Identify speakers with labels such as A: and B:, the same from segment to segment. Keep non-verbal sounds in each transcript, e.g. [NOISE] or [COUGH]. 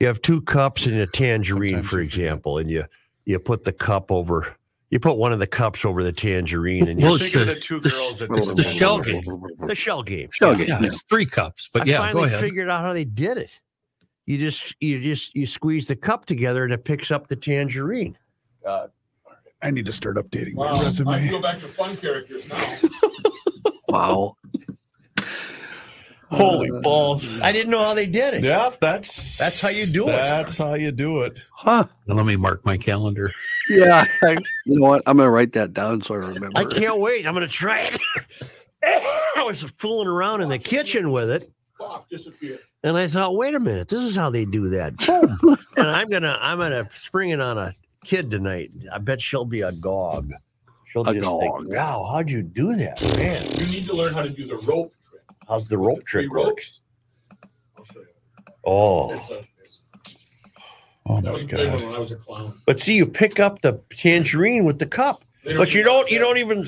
A: you have two cups and a tangerine,
B: Sometimes
A: for
B: you forget.
A: example, and you you put the cup over you put one of the cups over the tangerine and you
C: Well,
B: You're
C: it's
B: thinking of
C: the-
B: the two
C: the-
B: girls that
C: it's the shell game.
A: the shell game.
C: Yeah,
D: Shell game.
C: yeah,
D: yeah.
C: it's three cups, but
A: I
C: yeah, go
A: finally
C: ahead.
A: figured out how they did it. You just you just you squeeze the cup together and it picks up the tangerine.
B: I need to start updating
E: Wow.
B: my
E: I can
B: resume.
E: go back to fun characters now.
D: Wow.
B: Holy balls.
A: I didn't know how they did it.
B: Yeah, that's
A: That's how you do it.
B: That's how you do it.
D: Huh.
C: Now let me mark my calendar.
D: Yeah. I- [LAUGHS] you know what? I'm gonna write that down so I remember.
A: I
D: it.
A: can't wait. I'm gonna try it. [LAUGHS] I was fooling around in the kitchen with it.
E: Cough disappear.
A: And I thought, wait a minute, this is how they do that. Boom. and I'm gonna I'm gonna spring it on a kid tonight. I bet she'll be agog. She'll
D: A
A: just
D: gog.
A: think, wow, how'd you do that? Man,
E: You need to learn how to do the rope trick.
A: how's the
E: The
A: rope
E: three
A: trick work?
E: ropes. I'll show you.
A: Oh.
E: It's a, it's,
B: Oh
E: that
B: my
E: was a big one
B: god.
E: when I was a clown.
A: But see, you pick up the tangerine with the cup.
E: They
A: But you
E: even
A: don't you
E: have
A: don't even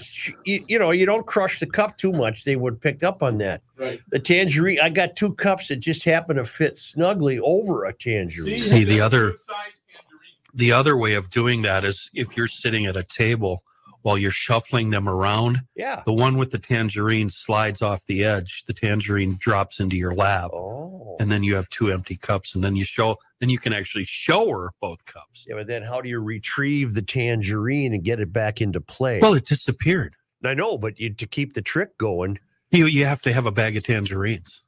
A: you, you know, you don't crush the cup too much. They would pick up on that.
E: that. Right.
A: The tangerine, I got two cups that just happen to fit snugly over a tangerine.
C: See, the other-
E: Good size tangerine.
C: The other way of doing that is if you're sitting at a table while you're shuffling them around,
A: Yeah.
C: the one with the tangerine slides off the edge, the tangerine drops into your lap,
A: Oh.
C: and then you have two empty cups, and then you show then you can actually show her both cups.
A: Yeah, but then how do you retrieve the tangerine and get it back into play?
C: Well, it disappeared.
A: I know, but you, to keep the trick going,
C: You you have to have a bag of tangerines.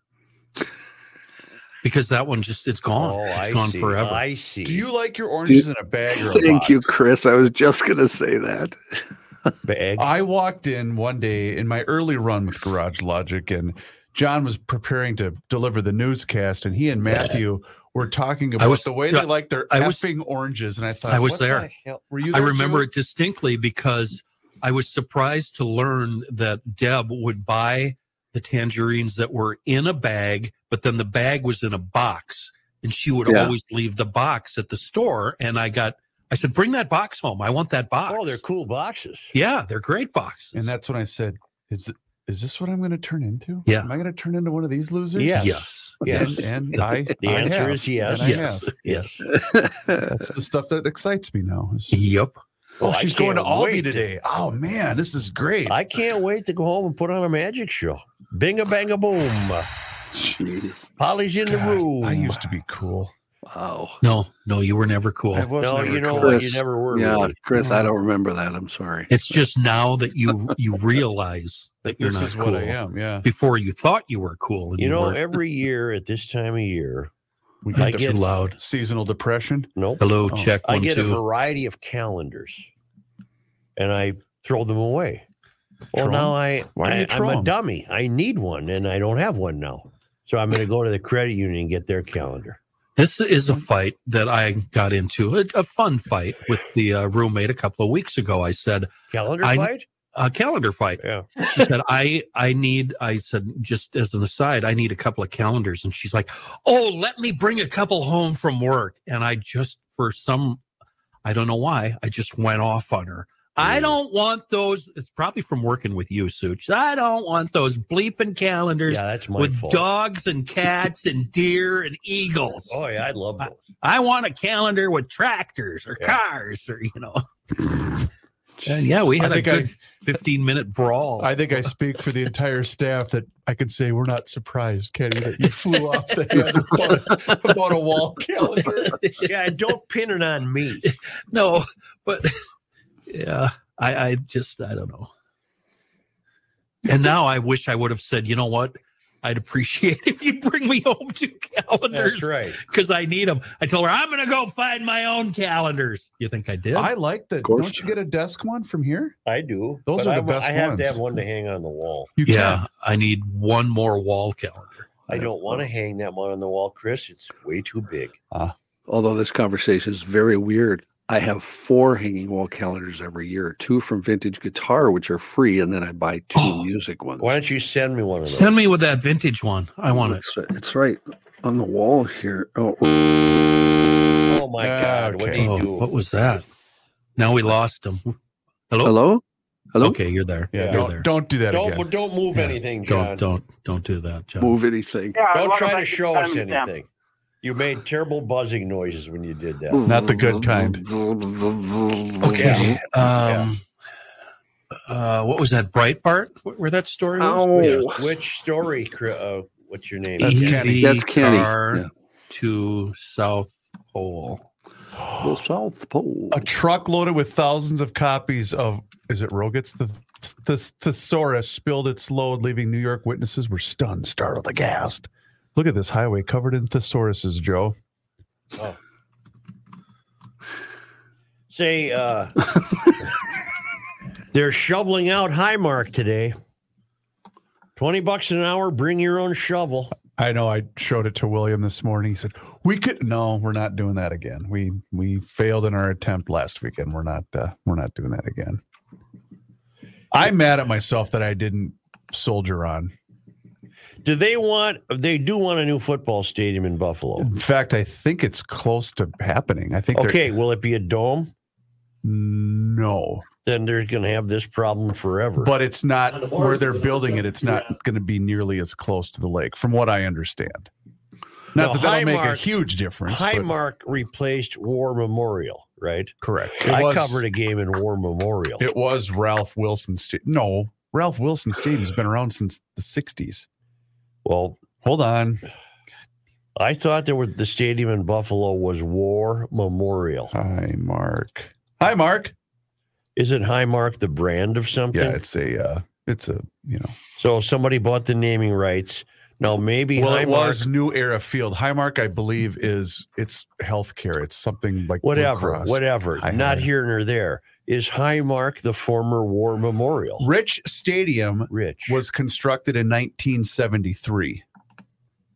C: Because that one just it's
B: Oh,
C: gone. It's
A: Oh, I
C: gone
A: see.
C: forever.
A: I see.
B: Do you like your oranges in a bag or a
D: Thank you,
B: box?
D: Chris. I was just gonna say that.
A: bag?
B: I walked in one day in my early run with Garage Logic, and John was preparing to deliver the newscast, and he and Matthew were talking about
C: was-
B: the way they like their
C: I was-
B: effing oranges, and I thought,
C: I was
B: what the
C: there.
B: hell- Were you?
C: I
B: there
C: remember
B: too?
C: it distinctly because I was surprised to learn that Deb would buy the tangerines that were in a bag, but then the bag was in a box, and she would
D: Yeah.
C: always leave the box at the store. And I got, I said, bring that box home. I want that box.
A: oh, they're cool boxes.
C: yeah, they're great boxes.
B: and that's when I said, "Is is this what I'm going to turn into?
C: Yeah.
B: am I going to turn into one of these losers?
A: Yes.
C: yes,
A: Yes.
B: And, and I,
A: [LAUGHS] The
B: I
A: answer
B: have,
A: is yes.
B: and I
C: yes,
B: have. [LAUGHS]
C: yes.
B: Oh, That's the stuff that excites me now. is-
C: Yep.
B: Oh,
A: Well, I
B: she's going to
A: can't
B: Aldi
A: wait
B: today. oh man, this is great.
A: I can't wait to go home and put on a magic show. Bing a bang a boom.
D: [LAUGHS] Jeez.
A: Polly's in the
B: God,
A: room.
B: I used to be cool.
D: Wow.
C: No, no, you were never cool.
B: I was
A: no,
B: never
A: you know
B: cool.
A: what? You
D: Chris,
A: never were.
D: Yeah,
A: really.
D: Chris, I don't remember that. I'm sorry.
C: It's just now that you you realize that you're
B: this
C: not
B: is
C: cool.
B: what I am. Yeah.
C: Before you thought you were cool, and
A: You know,
C: were,
A: every year at this time of year,
B: We
A: I
B: get
A: get
C: loud.
B: seasonal depression.
A: nope.
C: Hello,
B: Oh,
C: check
A: I
C: one
A: get a
C: two.
A: variety of calendars, and I throw them away. Well,
B: Throw
A: now
B: 'em?
A: I,
B: Why do you
A: I
B: throw
A: I'm
B: 'em?
A: a dummy. I need one, and I don't have one now. So I'm going to go to the credit union and get their calendar.
C: This is a
A: Mm-hmm.
C: fight that I got into, a, a fun fight with the uh, roommate a couple of weeks ago. I said
A: Calendar
C: I-
A: fight?
C: a calendar fight.
A: Yeah.
C: She
A: [LAUGHS]
C: said I I need. I said just as an aside, I need a couple of calendars, and she's like, "Oh, let me bring a couple home from work." And I just for some, I don't know why, I just went off on her. I don't want those. It's probably from working with you, Such. I don't want those bleeping calendars
A: Yeah, that's my
C: with
A: fault.
C: dogs and cats and
A: [LAUGHS]
C: deer and eagles.
A: Oh yeah, I love
C: [LAUGHS]
A: those.
C: I want a calendar with tractors or
A: Yeah.
C: cars or you know. and yeah, we had
B: I
C: a
B: think I-
C: good fifteen minute brawl. [LAUGHS]
B: [LAUGHS] I think I speak for the entire staff that I can say we're not surprised, Kenny, that
A: [LAUGHS]
B: you flew off the handle about a- [LAUGHS] about a wall calendar.
A: [LAUGHS] yeah, and don't pin it on
C: [LAUGHS]
A: me.
C: no, but yeah, I, I just I don't know. And now I wish I would have said, you know what? I'd appreciate [LAUGHS] if you bring me home two calendars
A: That's right.
C: because I need them. I told her I'm going to go find my own calendars. You think I did?
B: I like that.
D: Of course.
B: Don't you get a desk one from here?
A: I do.
B: Those
A: but
B: are
A: I,
B: the
A: wa-
B: best
A: I have
B: ones.
A: to have one to hang on the wall.
B: You
C: yeah, I need one more wall calendar.
A: I don't want to hang that one on the wall, Chris. It's way too big.
D: Although this conversation is very weird, I have four hanging wall calendars every year. Two from Vintage Guitar, which are free, and then I buy two
C: Oh.
D: music ones.
A: Why don't you send me one of those?
C: Send me with that vintage one. I want it.
D: It's, it's right on the wall here. Oh,
A: Oh my
B: Ah,
A: God! What do
B: okay.
A: you
C: Oh,
A: do?
C: what was that? Now we lost him. Hello?
D: hello, hello.
C: Okay, you're there.
A: Yeah.
B: Yeah,
C: You're
B: don't,
C: there.
B: don't do that
A: don't
B: again.
A: don't move
C: Yeah,
A: anything, John.
C: Don't don't don't do that, John.
D: Move anything.
F: Yeah, I
A: Don't
F: wanna
A: try to
F: make a
A: show us
F: comment, Sam.
A: anything. You made terrible buzzing noises when you did that.
B: Not the good kind.
D: Okay.
C: Um, uh, what was that? Breitbart, Wh- where that story was?
A: Yeah.
D: Ow.
A: Which story? Cri- Uh, what's your name?
B: That's
C: EV
B: Kenny.
D: That's Kenny.
C: car
D: Yeah.
C: E to South Pole.
D: The South Pole.
B: a truck loaded with thousands of copies of is it Roget's the, the thesaurus spilled its load, leaving New York witnesses were stunned, startled, aghast. Look at this highway covered in thesauruses, Joe.
A: Say, uh, [LAUGHS] they're shoveling out Highmark today. 20 bucks an hour, bring your own shovel.
B: I know I showed it to William this morning. He said, "We could no, we're not doing that again. We we failed in our attempt last weekend. We're not uh, we're not doing that again." I'm mad at myself that I didn't soldier on.
A: Do they want, they do want a new football stadium in Buffalo.
B: In fact, I think it's close to happening. I think they're-
A: Okay, will it be a dome?
B: no.
A: Then they're going to have this problem forever.
B: but it's not
E: On the
B: where
E: horse.
B: they're building it. It's not
E: Yeah.
B: going to be nearly as close to the lake, from what I understand. Not
A: No,
B: that that'll make a
A: Highmark-
B: huge difference. but-
A: Highmark replaced War Memorial, right?
B: correct. It
A: I
B: was,
A: covered a game in War Memorial.
B: It was Ralph Wilson. Sta- no, Ralph Wilson Stadium's been around since the '60s.
A: well,
B: Hold on,
A: I thought there was the stadium in Buffalo was War Memorial.
B: Highmark. Highmark.
A: Isn't Highmark the brand of something?
B: Yeah, it's a, uh, it's a, you know,
A: So somebody bought the naming rights. Now maybe
B: well,
A: Highmark.
B: it was New Era Field. Highmark, I believe, is it's healthcare. It's something like Blue
A: whatever,
B: Cross.
A: whatever.
B: High-
A: not
B: high.
A: here nor there. Is Highmark the former War Memorial?
B: Rich Stadium
A: Rich
B: was constructed in 1973.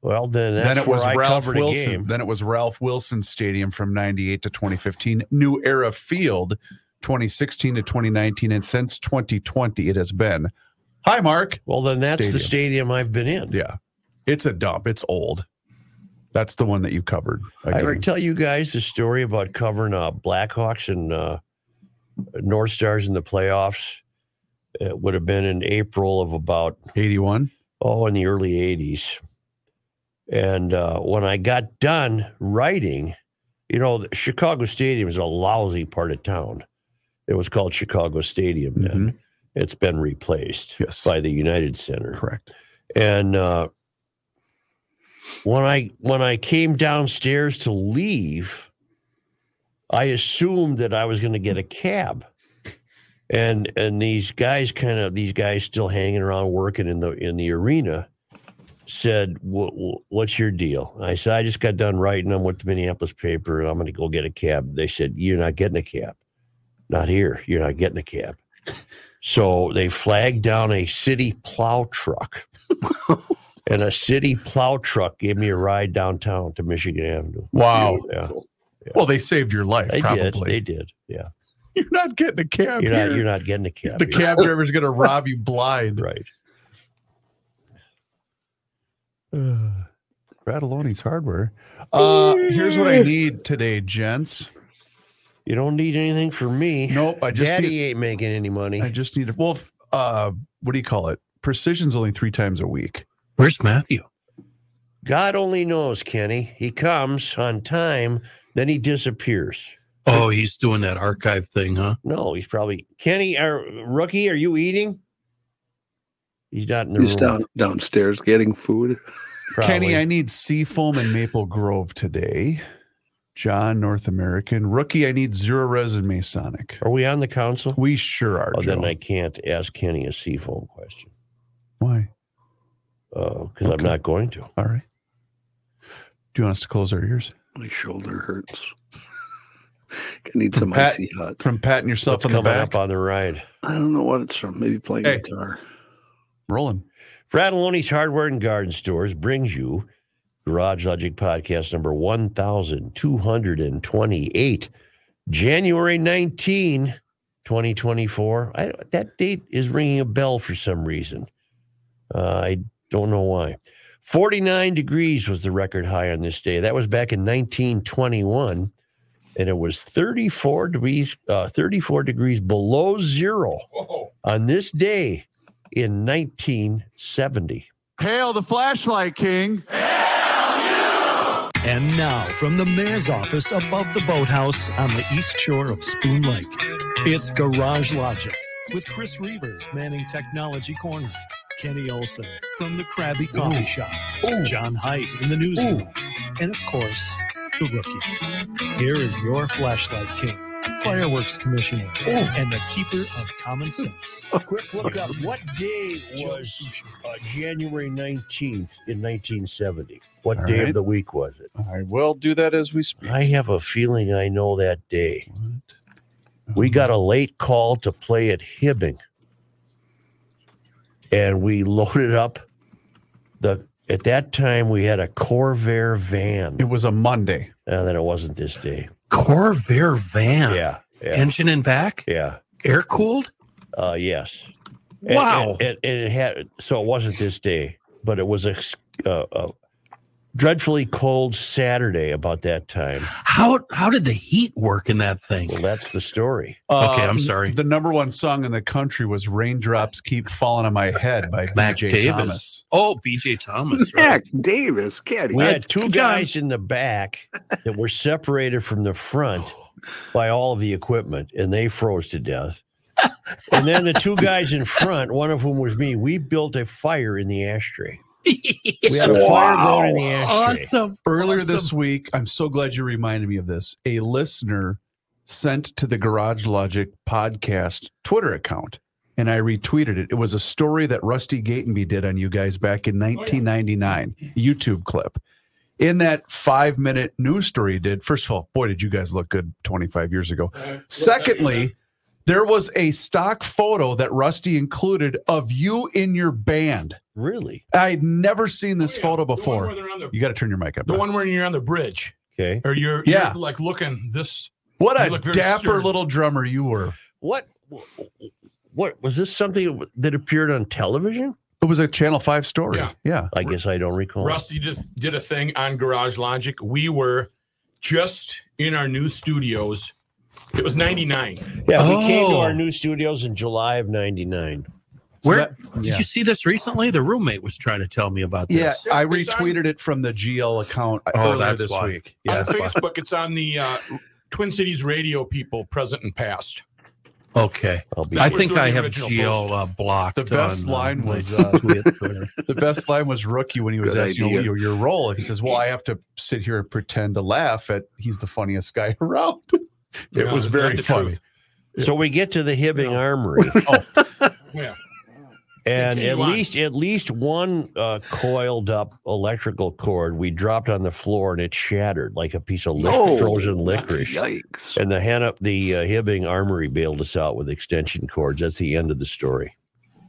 A: well then. That's
B: Then it was
A: where I
B: Ralph
A: covered a
B: Wilson.
A: game.
B: Then it was Ralph Wilson Stadium from 98 to 2015. New Era Field 2016 to 2019 and since 2020 it has been. Hi Mark.
A: Well then, that's the stadium I've been in.
B: Yeah. It's a dump. It's old. That's the one that you covered.
A: I
B: again.
A: ever tell you guys the story about covering uh, Blackhawks and uh, North Stars in the playoffs? It would have been in April of about
B: 81.
A: oh, in the early 80s. And uh, when I got done writing, you know, the Chicago Stadium is a lousy part of town. It was called Chicago Stadium then.
B: Mhm.
A: It's been replaced
B: Yes.
A: by the United Center.
B: Correct.
A: And uh, when I when I came downstairs to leave, I assumed that I was going to get a cab. And and these guys kind of these guys still hanging around working in the in the arena said, "Wha- wha- "What's your deal?" I said, "I just got done writing. I'm with the Minneapolis paper. and I'm going to go get a cab." They said, "You're not getting a cab. Not here. You're not getting a cab." So they flagged down a city plow truck. and a city plow truck gave me a ride downtown to Michigan Avenue.
B: Wow.
A: Yeah.
B: Well, they saved your life
A: They did.
B: probably.
A: They did. Yeah.
B: [LAUGHS] You're not getting a cab.
A: You're not
B: here.
A: you're not getting a cab.
B: the
A: here.
B: cab driver's going to
A: [LAUGHS]
B: rob you blind.
A: Right.
B: [SIGHS] Uh, Radaloni's hardware. Uh, here's what I need today, gents.
A: You don't need anything from me.
B: Nope, I just
A: Daddy
B: need,
A: ain't making any money.
B: I just need a well. f- Uh, what do you call it? Precision's only three times a week.
C: Where's Matthew?
A: God only knows, Kenny. He comes on time, then he disappears.
C: Oh, he's doing that archive thing, huh?
A: No, he's probably Kenny. Are rookie? Are you eating? He's not in the
D: He's
A: room.
D: down downstairs getting food.
A: probably.
B: Kenny, I need Seafoam and Maple Grove today. John, North American rookie. I need zero resume Sonic.
A: are we on the council?
B: We sure are.
A: Oh, then
B: Joe.
A: I can't ask Kenny a seafoam question
B: Why?
A: because I'm
B: Okay.
A: not going to.
B: All right. Do you want us to close our ears?
D: My shoulder hurts. [LAUGHS] I need some
B: Pat-
D: icy hot.
B: From patting yourself
A: What's
B: on the
A: coming up
B: back,
A: on the ride?
D: I don't know what it's from. Maybe playing
B: Hey.
D: guitar.
A: uh,
B: rolling.
A: Fratelloni's Hardware and Garden Stores brings you Garage Logic Podcast number 1228, January 19, 2024. I, that date is ringing a bell for some reason. Uh, I don't know why. 49 degrees was the record high on this day. That was back in 1921. And it was 34 degrees, uh, 34 degrees below zero
E: [LAUGHS] Whoa.
A: on this day in 1970.
B: Hail the flashlight king.
F: And now, from the mayor's office above the boathouse on the east shore of Spoon Lake, it's Garage Logic with Chris Reavers manning Technology Corner, Kenny Olson from the Krabby Coffee Shop, John Height in the newsroom, and of course, the rookie. Here is your flashlight king, fireworks commissioner, and the keeper of common sense.
A: A quick look up. What day
F: Joe
A: was
F: Susha.
A: uh, January 19th in 1970? What
B: All
A: day
B: right.
A: of the week was it?
B: I will do that as we speak.
A: I have a feeling I know that day. We got a late call to play at Hibbing. And we [LAUGHS] loaded up the at that time we had a Corvair van.
B: It was a Monday.
A: And then it wasn't this day.
C: Corvair van.
A: Yeah. Yeah.
C: Engine and back,
A: yeah.
C: air cooled.
A: Uh yes. And-
C: Wow.
A: And, and, and it had so it wasn't this day, but it was a, s- uh, a dreadfully cold Saturday about that time.
C: How how did the heat work in that thing?
A: Well, that's the story.
C: Okay, I'm
B: Um,
C: sorry.
B: The number one song in the country was "Raindrops Keep Falling on My Head" by
C: Mac
B: BJ
C: Davis.
B: Thomas.
C: Oh, BJ Thomas. right.
D: Mac Davis, Caddy. Uh,
A: We had two
C: John.
A: guys in the back that were separated from the front by all of the equipment, and they froze to death. And then the two guys in front, one of whom was me, we built a fire in the ashtray. We had a fire going in the ashtray.
C: awesome.
B: Earlier
C: Awesome.
B: this week, I'm so glad you reminded me of this. A listener sent to the Garage Logic podcast Twitter account, and I retweeted it. It was a story that Rusty Gatenby did on you guys back
E: Oh,
B: in 1999, YouTube clip. In that five minute news story, he did first of all, boy, did you guys look good 25 years ago. Secondly, there was a stock photo that Rusty included of you in your band.
A: Really?
B: I'd never seen this
E: Oh, yeah.
B: photo
E: The one
B: before.
E: where they're on the-
B: You got to turn your mic up.
E: The
B: Don.
E: one where you're on the bridge,
A: Okay.
E: or you're,
B: Yeah.
E: you're like looking this.
B: what a
E: you look very
B: dapper
E: stern.
B: little drummer you were.
A: What? What was this? Something that appeared on television?
B: It was a Channel 5 story. Yeah.
E: Yeah.
A: I guess I don't recall.
E: Rusty just did a thing on Garage Logic. We were just in our new studios. It was '99.
A: Yeah, we came to
C: Oh.
A: our new studios in July of '99.
B: So
C: Where-
B: that-
C: Did
B: yeah.
C: you see this recently? The roommate was trying to tell me about this.
B: Yeah, I
E: It's on-
B: retweeted it from the GL account
C: Oh,
B: earlier
C: that's
B: this
C: why.
B: week.
E: On
B: Yeah.
E: Facebook, it's on the uh, Twin Cities radio people, present and past.
C: Okay.
A: I'll be.
C: I
E: was
C: think
E: the
C: I have
E: original
C: GL
E: post.
C: uh, blocked.
B: The best
C: on, uh,
B: line was,
C: my
B: uh,
C: tweet, [LAUGHS] Twitter.
B: [LAUGHS] the best line was rookie when he was
D: Good
B: asking you
D: idea.
B: your, your role. And he says, Well, I have to sit here and pretend to laugh at he's the funniest guy [LAUGHS] around. It
E: Yeah,
B: was
E: that's
B: very
E: the
B: funny.
E: truth.
A: so we get to the Hibbing
E: [LAUGHS]
A: Armory,
E: Oh. Yeah.
A: and
E: Continue
A: at
E: on.
A: least at least one uh, coiled up electrical cord we dropped on the floor and it shattered like a piece of lic-
D: No.
A: frozen licorice.
D: Yikes.
A: And the hand up the uh, Hibbing Armory bailed us out with extension cords. That's the end of the story.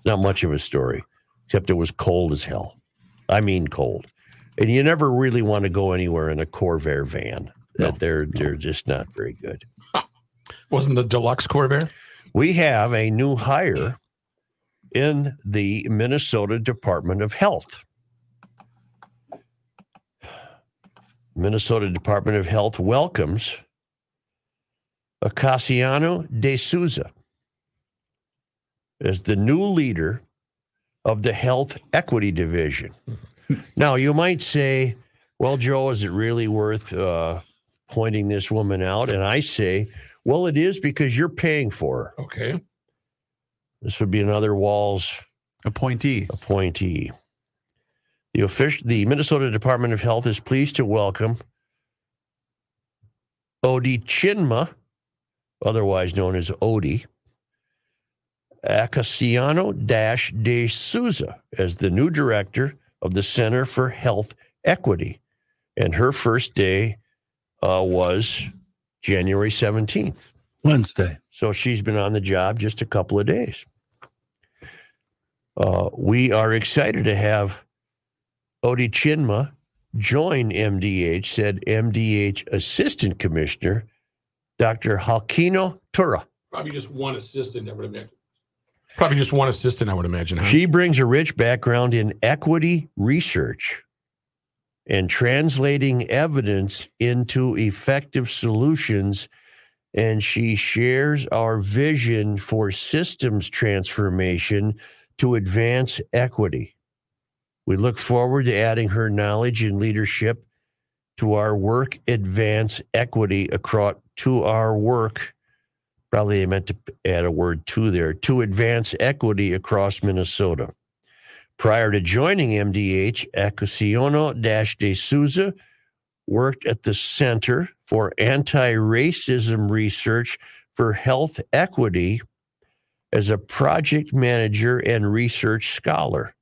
A: Not much of a story, except it was cold as hell. I mean, cold. And you never really want to go anywhere in a Corvair van.
B: No,
A: That they're they're just not very good.
E: Wasn't the deluxe Corvair?
A: we have a new hire in the Minnesota Department of Health. Minnesota Department of Health welcomes Acasiano de Souza as the new leader of the Health Equity Division. Now, you might say, well, Joe, is it really worth uh, pointing this woman out? And I say, well, it is because you're paying for her.
E: Okay.
A: This would be another Walls
B: Appointee.
A: appointee. The official, the Minnesota Department of Health is pleased to welcome Odie Chinma, otherwise known as Odie, Acasiano Dash De Souza as the new director of the Center for Health Equity, and her first day uh, was January seventeenth.
C: Wednesday.
A: So she's been on the job just a couple of days. Uh, we are excited to have Odie Chinma join MDH, said MDH Assistant Commissioner, Dr. Halkino Tura.
E: Probably just one assistant, I would imagine. Probably just one assistant, I would imagine. huh?
A: She brings a rich background in equity research and translating evidence into effective solutions. And she shares our vision for systems transformation to advance equity. We look forward to adding her knowledge and leadership to our work advance equity across to our work. Probably they meant to add a word to there to advance equity across Minnesota. Prior to joining MDH, Acusiono de Souza worked at the Center for Anti Racism Research for Health Equity as a project manager and research scholar.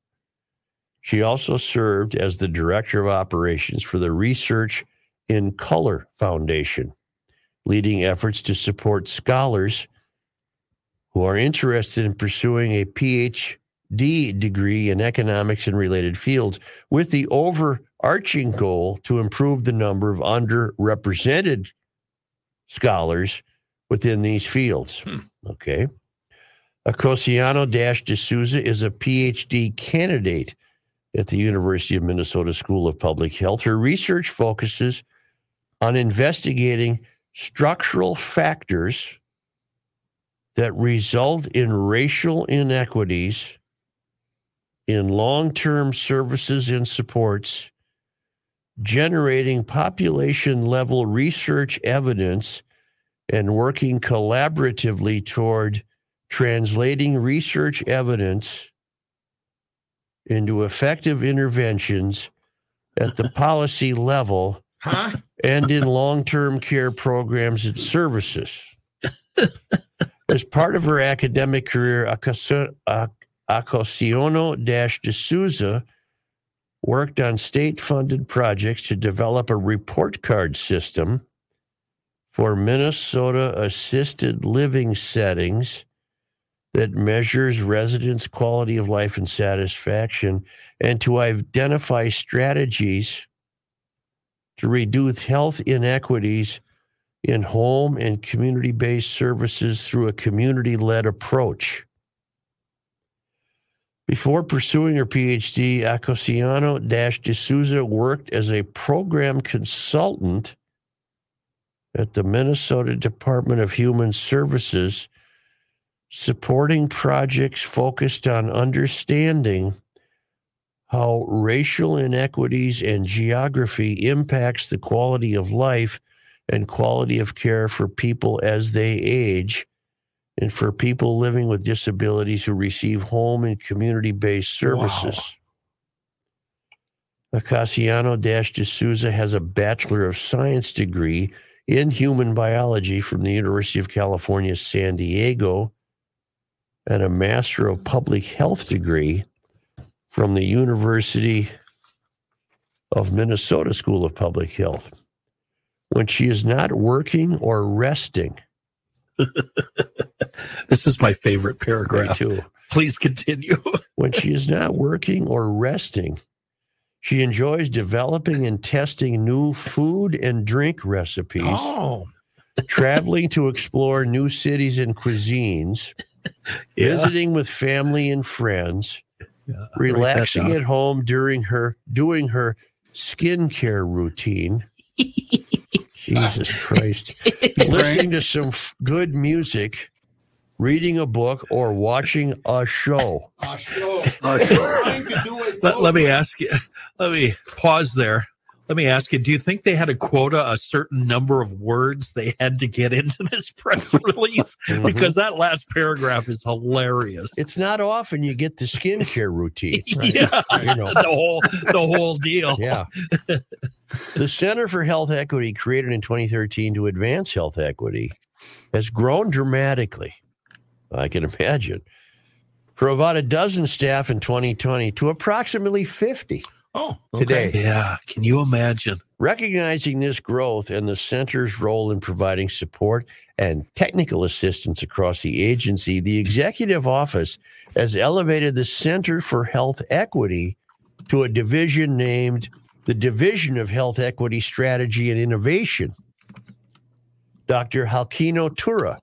A: She also served as the director of operations for the Research in Color Foundation, leading efforts to support scholars who are interested in pursuing a PhD degree in economics and related fields, with the overarching goal to improve the number of underrepresented scholars within these fields. Okay. Acosiano de Souza is a PhD candidate at the University of Minnesota School of Public Health. Her research focuses on investigating structural factors that result in racial inequities in long term services and supports, generating population level research evidence, and working collaboratively toward translating research evidence into effective interventions at the policy level
E: Huh?
A: and in long term care programs and services. As part of her academic career, Acaso- Ac- Acosiono Dash D'Souza worked on state funded projects to develop a report card system for Minnesota assisted living settings that measures residents' quality of life and satisfaction, and to identify strategies to reduce health inequities in home and community based services through a community led approach. Before pursuing her PhD, Acosiano D'Souza worked as a program consultant at the Minnesota Department of Human Services supporting projects focused on understanding how racial inequities and geography impacts the quality of life and quality of care for people as they age and for people living with disabilities who receive home and community-based services. Acasiano Dash D'Souza has a Bachelor of Science degree in human biology from the University of California, San Diego and a Master of Public Health degree from the University of Minnesota School of Public Health when she is not working or resting.
C: This is my favorite
A: Me
C: paragraph.
A: too.
C: Please continue.
A: When she is not working or resting, she enjoys developing and testing new food and drink recipes,
E: Oh,
A: traveling to explore new cities and cuisines, visiting with family and friends,
C: Yeah,
A: relaxing
C: down.
A: at home during her doing her skincare
C: [LAUGHS]
A: routine.
C: Ah.
A: Jesus Christ. Listening to some f- good music, reading a book or watching a show.
E: uh, sure.
D: [LAUGHS] Uh, sure.
E: Trying to do
C: [LAUGHS]
E: it
C: Let, let me ask you. Let me pause there. Let me ask you. Do you think they had a quota, a certain number of words they had to get into this [LAUGHS]
B: [LAUGHS]
C: press release?
B: Uh-huh.
C: Because that last paragraph is hilarious. [LAUGHS]
A: it's not often you get the skincare routine.
C: Yeah,
A: You know.
C: the whole the whole
B: [LAUGHS]
C: deal.
A: Yeah. the Center for Health Equity, created in 2013 to advance health equity, has grown dramatically. I can imagine. From about a dozen staff in 2020 to approximately 50
E: Oh, okay.
A: today.
C: Yeah, can you imagine?
A: Recognizing this growth and the center's role in providing support and technical assistance across the agency, the executive office has elevated the Center for Health Equity to a division named the Division of Health Equity Strategy and Innovation. Dr. Halkino Tura,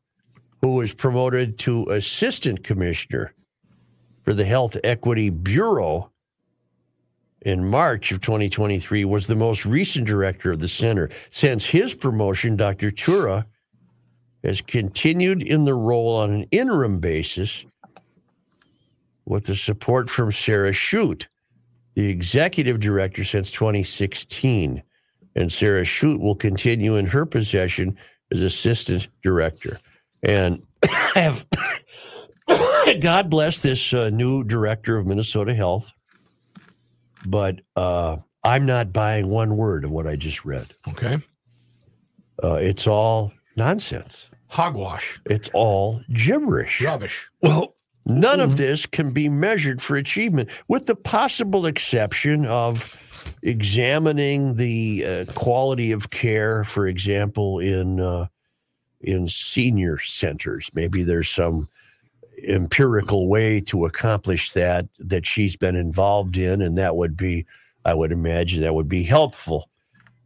A: who was promoted to Assistant Commissioner for the Health Equity Bureau in March of 2023 was the most recent director of the center. Since his promotion, Dr. Chura has continued in the role on an interim basis with the support from Sarah Shute, the executive director since 2016. and Sarah Shute will continue in her possession as assistant director. And [COUGHS] I have God bless this uh, new director of Minnesota Health, but uh, I'm not buying one word of what I just read.
E: Okay.
A: Uh, it's all nonsense.
E: Hogwash.
A: It's all gibberish.
E: Rubbish.
C: Well,
A: None of this can be measured for achievement, with the possible exception of examining the uh, quality of care, for example, in uh, in senior centers. Maybe there's some empirical way to accomplish that that she's been involved in, and that would be, I would imagine, that would be helpful,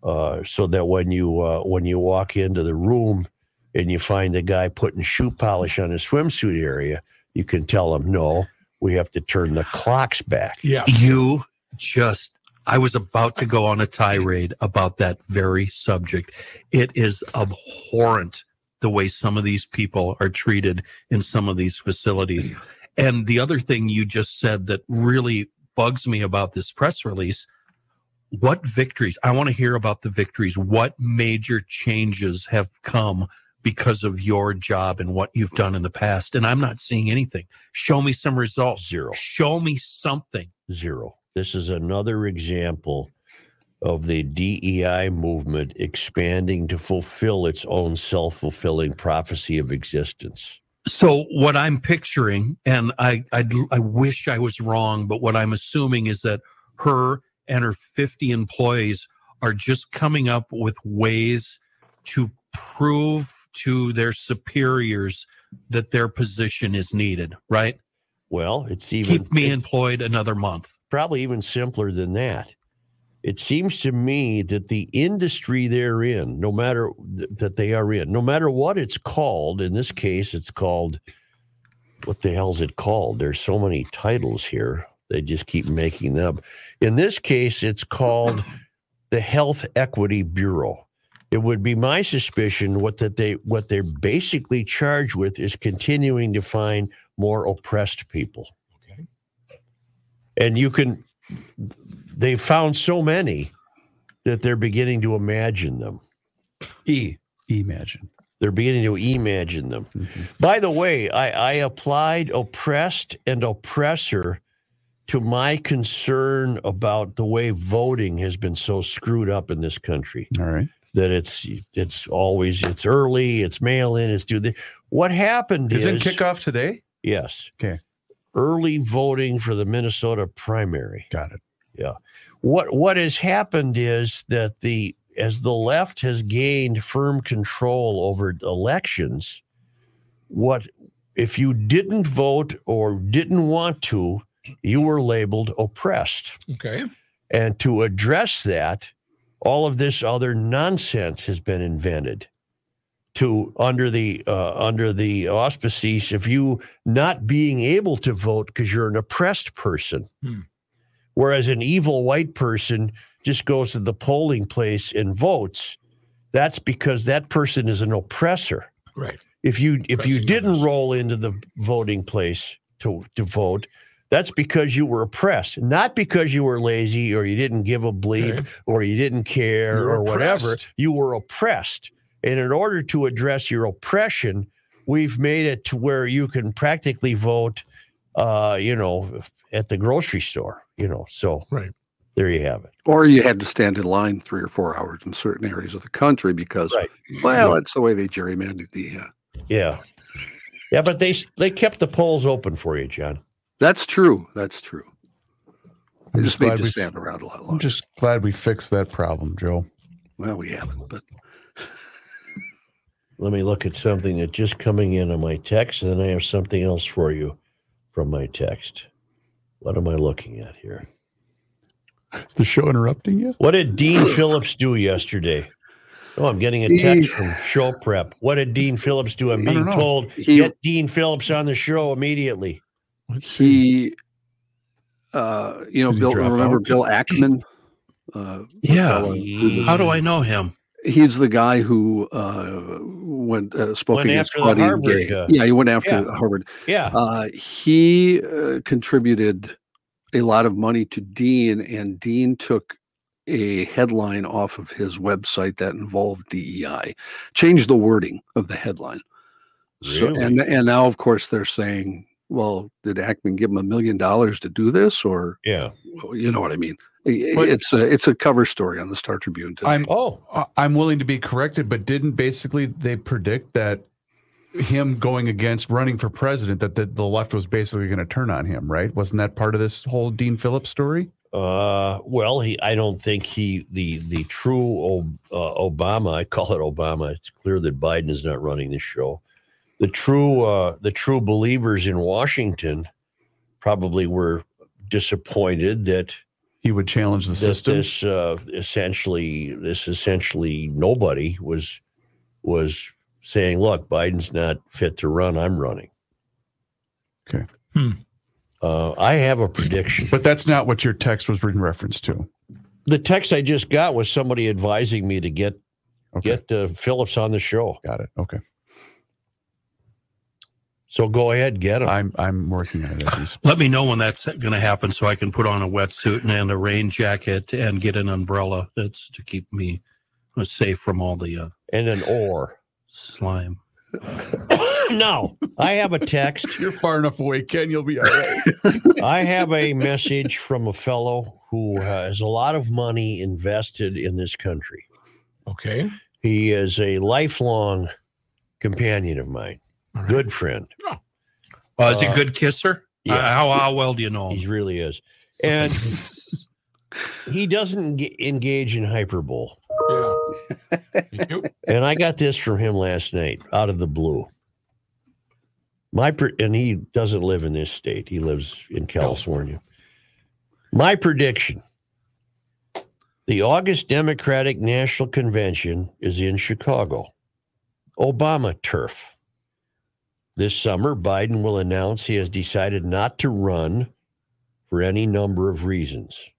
A: uh, so that when you uh, when you walk into the room and you find the guy putting shoe polish on his swimsuit area you can tell them no we have to turn the clocks back
E: Yeah.
C: you just i was about to go on a tirade about that very subject it is abhorrent the way some of these people are treated in some of these facilities and the other thing you just said that really bugs me about this press release what victories i want to hear about the victories what major changes have come because of your job and what you've done in the past and i'm not seeing anything show me some results
A: zero
C: show me something
A: zero this is another example of the DEI movement expanding to fulfill its own self-fulfilling prophecy of existence
C: So what I'm picturing, and I, I I wish I was wrong, but what I'm assuming is that her and her 50 employees are just coming up with ways to prove to their superiors that their position is needed. Right?
A: well it's even
C: Keep me employed another month.
A: probably even simpler than that. It seems to me that the industry they're in, no matter th- that they are in, no matter what it's called, in this case, it's called what the hell's it called? There's so many titles here. They just keep making them up. In this case, it's called the Health Equity Bureau. It would be my suspicion what that they what they're basically charged with is continuing to find more oppressed people
E: Okay.
A: and you can they found so many that they're beginning to imagine them
B: E. Imagine.
A: they're beginning to imagine them
B: Mm-hmm.
A: by the way I, I applied oppressed and oppressor to my concern about the way voting has been so screwed up in this country
B: All right.
A: that it's it's always it's early it's mail in it's due the what happened
B: Isn't
A: is
B: kickoff today?
A: yes
B: Okay.
A: early voting for the minnesota primary
B: Got it.
A: what what has happened is that the as the left has gained firm control over elections what if you didn't vote or didn't want to you were labeled oppressed
E: Okay.
A: and to address that, all of this other nonsense has been invented to under the uh, under the auspices of you not being able to vote because you're an oppressed person,
E: Hmm.
A: whereas an evil white person just goes to the polling place and votes. That's because that person is an oppressor
E: Right.
A: if you if you
E: Pressing
A: didn't
E: numbers.
A: roll into the voting place to to vote that's because you were oppressed not because you were lazy or you didn't give a bleep
E: Okay.
A: or you didn't care
E: You were
A: or whatever
E: oppressed.
A: you were oppressed and in order to address your oppression we've made it to where you can practically vote uh you know at the grocery store you know so
E: Right.
A: there you have it
D: Or you had to stand in line three or four hours in certain areas of the country because,
A: Right.
D: well, that's the way they gerrymandered the. Uh,
A: yeah yeah but they they kept the polls open for you john
D: that's true. That's true. They
B: I'm
D: just
B: glad
D: made you
B: we-
D: stand around a lot
B: I'm
D: longer.
B: just glad we fixed that problem, Joe.
D: well, we haven't, but
A: Let me look at something that just coming in on my text, and then I have something else for you from my text. What am I looking at here?
B: Is the show interrupting you?
A: What did Dean Phillips do yesterday? Oh, I'm getting a
D: Dean-
A: text from show prep. What did Dean Phillips do? I'm
B: I don't
A: being
B: know.
A: told
D: He-
A: get Dean Phillips on the show immediately.
E: Let's see.
D: he, uh, you know,
B: Did he
D: Bill.
B: drop
D: Remember
B: out?
D: Bill Ackman? Uh,
C: Yeah.
D: fellow who was-
C: How do I know him?
D: He's the guy who uh, went uh, spoke
A: Went
D: against
A: after the
D: Claudine
A: Harvard,
D: Gay.
A: uh,
D: yeah, he went after
A: yeah.
D: Harvard.
A: Yeah,
D: Uh, he uh, contributed a lot of money to Dean, and Dean took a headline off of his website that involved DEI, changed the wording of the headline. So, and and now, of course, they're saying, "Well, did Ackman give him a million dollars to do this?" Or
A: Yeah.
D: well, you know what I mean? I-
B: But-
D: it's a it's a cover story on the Star Tribune. Today.
B: I'm
A: Oh,
B: I- I'm willing to be corrected, but didn't basically they predict that him going against running for president that the, the left was basically going to turn on him, right? Wasn't that part of this whole Dean Phillips story?
A: uh, well, he. I don't think he the the true O- uh, Obama. I call it Obama. It's clear that Biden is not running this show. The true uh, the true believers in Washington probably were disappointed that
B: He would challenge the
A: this,
B: system.
A: this uh, essentially this essentially nobody was was saying look biden's not fit to run i'm running
B: Okay.
C: Hmm.
A: uh, i have a prediction
B: But that's not what your text was in reference to.
A: the text i just got was somebody advising me to get
B: Okay.
A: get uh, phillips on the show
B: Got it. Okay.
A: so go ahead get him
B: I'm I'm working on this.
C: Let me know when that's going to happen so I can put on a wetsuit and a rain jacket and get an umbrella. That's to keep me safe from all the uh,
A: and an
E: [COUGHS]
A: or
C: slime.
A: no i have a text
B: [LAUGHS] You're far enough away, Ken. You'll be all right.
A: I have a message from a fellow who has a lot of money invested in this country.
E: Okay.
A: He is a lifelong companion of mine,
E: All right.
A: good friend.
C: Oh, is he
A: Uh,
C: a good kisser?
A: yeah.
C: Uh, how, how well do you know
A: He
C: him?
A: really is. And
E: [LAUGHS]
A: he doesn't eng- engage in hyperbole.
E: Yeah. Thank you.
A: And I got this from him last night out of the blue. My pre- and he doesn't live in this state. He lives in California. My prediction. The August Democratic National Convention is in Chicago. Obama turf. This summer Biden will announce he has decided not to run for any number of reasons.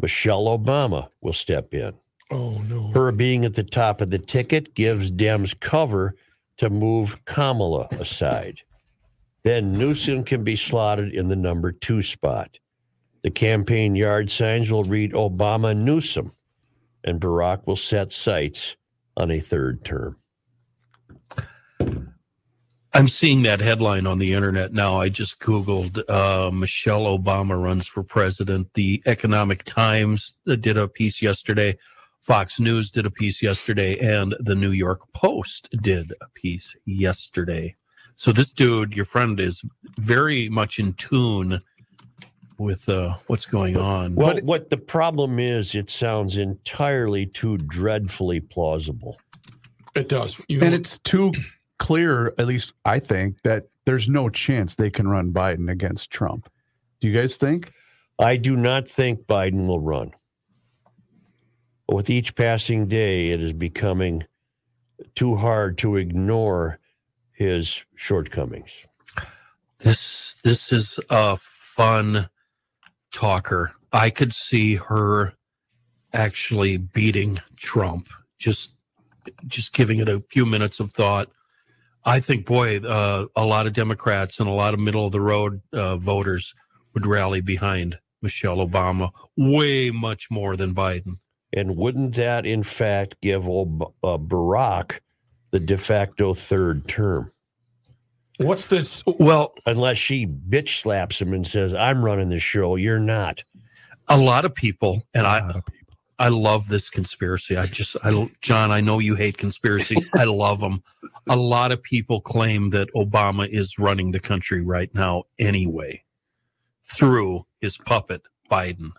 A: Michelle Obama will step in.
E: Oh no.
A: Her being at the top of the ticket gives Dems cover to move Kamala aside. Then Newsom can be slotted in the number two spot. The campaign yard signs will read Obama Newsom, and Barack will set sights on a third term.
C: [LAUGHS] I'm seeing that headline on the internet now. I just Googled uh, Michelle Obama runs for president. The Economic Times uh, did a piece yesterday. Fox News did a piece yesterday, and the New York Post did a piece yesterday. So this dude, your friend, is very much in tune with uh, what's going on.
A: Well, what the problem is, it sounds entirely too dreadfully plausible.
E: It does. You
B: [LAUGHS] and it's too clear, at least I think, that there's no chance they can run Biden against Trump. Do you guys think?
A: I do not think Biden will run. With each passing day, it is becoming too hard to ignore his shortcomings.
C: This this is a fun talker. I could see her actually beating Trump. Just just giving it a few minutes of thought. I think, boy, uh, a lot of Democrats and a lot of middle of the road uh, voters would rally behind Michelle Obama way much more than Biden.
A: And wouldn't that, in fact, give old uh, Barack the de facto third term?
E: what's this? Oh,
C: Well,
A: Unless she bitch slaps him and says, I'm running the show, you're not.
C: a lot of people, and I,
B: Uh,
C: I love this conspiracy. I just, I, John, I know you
A: [LAUGHS]
C: hate conspiracies. I love them. A lot of people claim that Obama is running the country right now anyway through his puppet, Biden.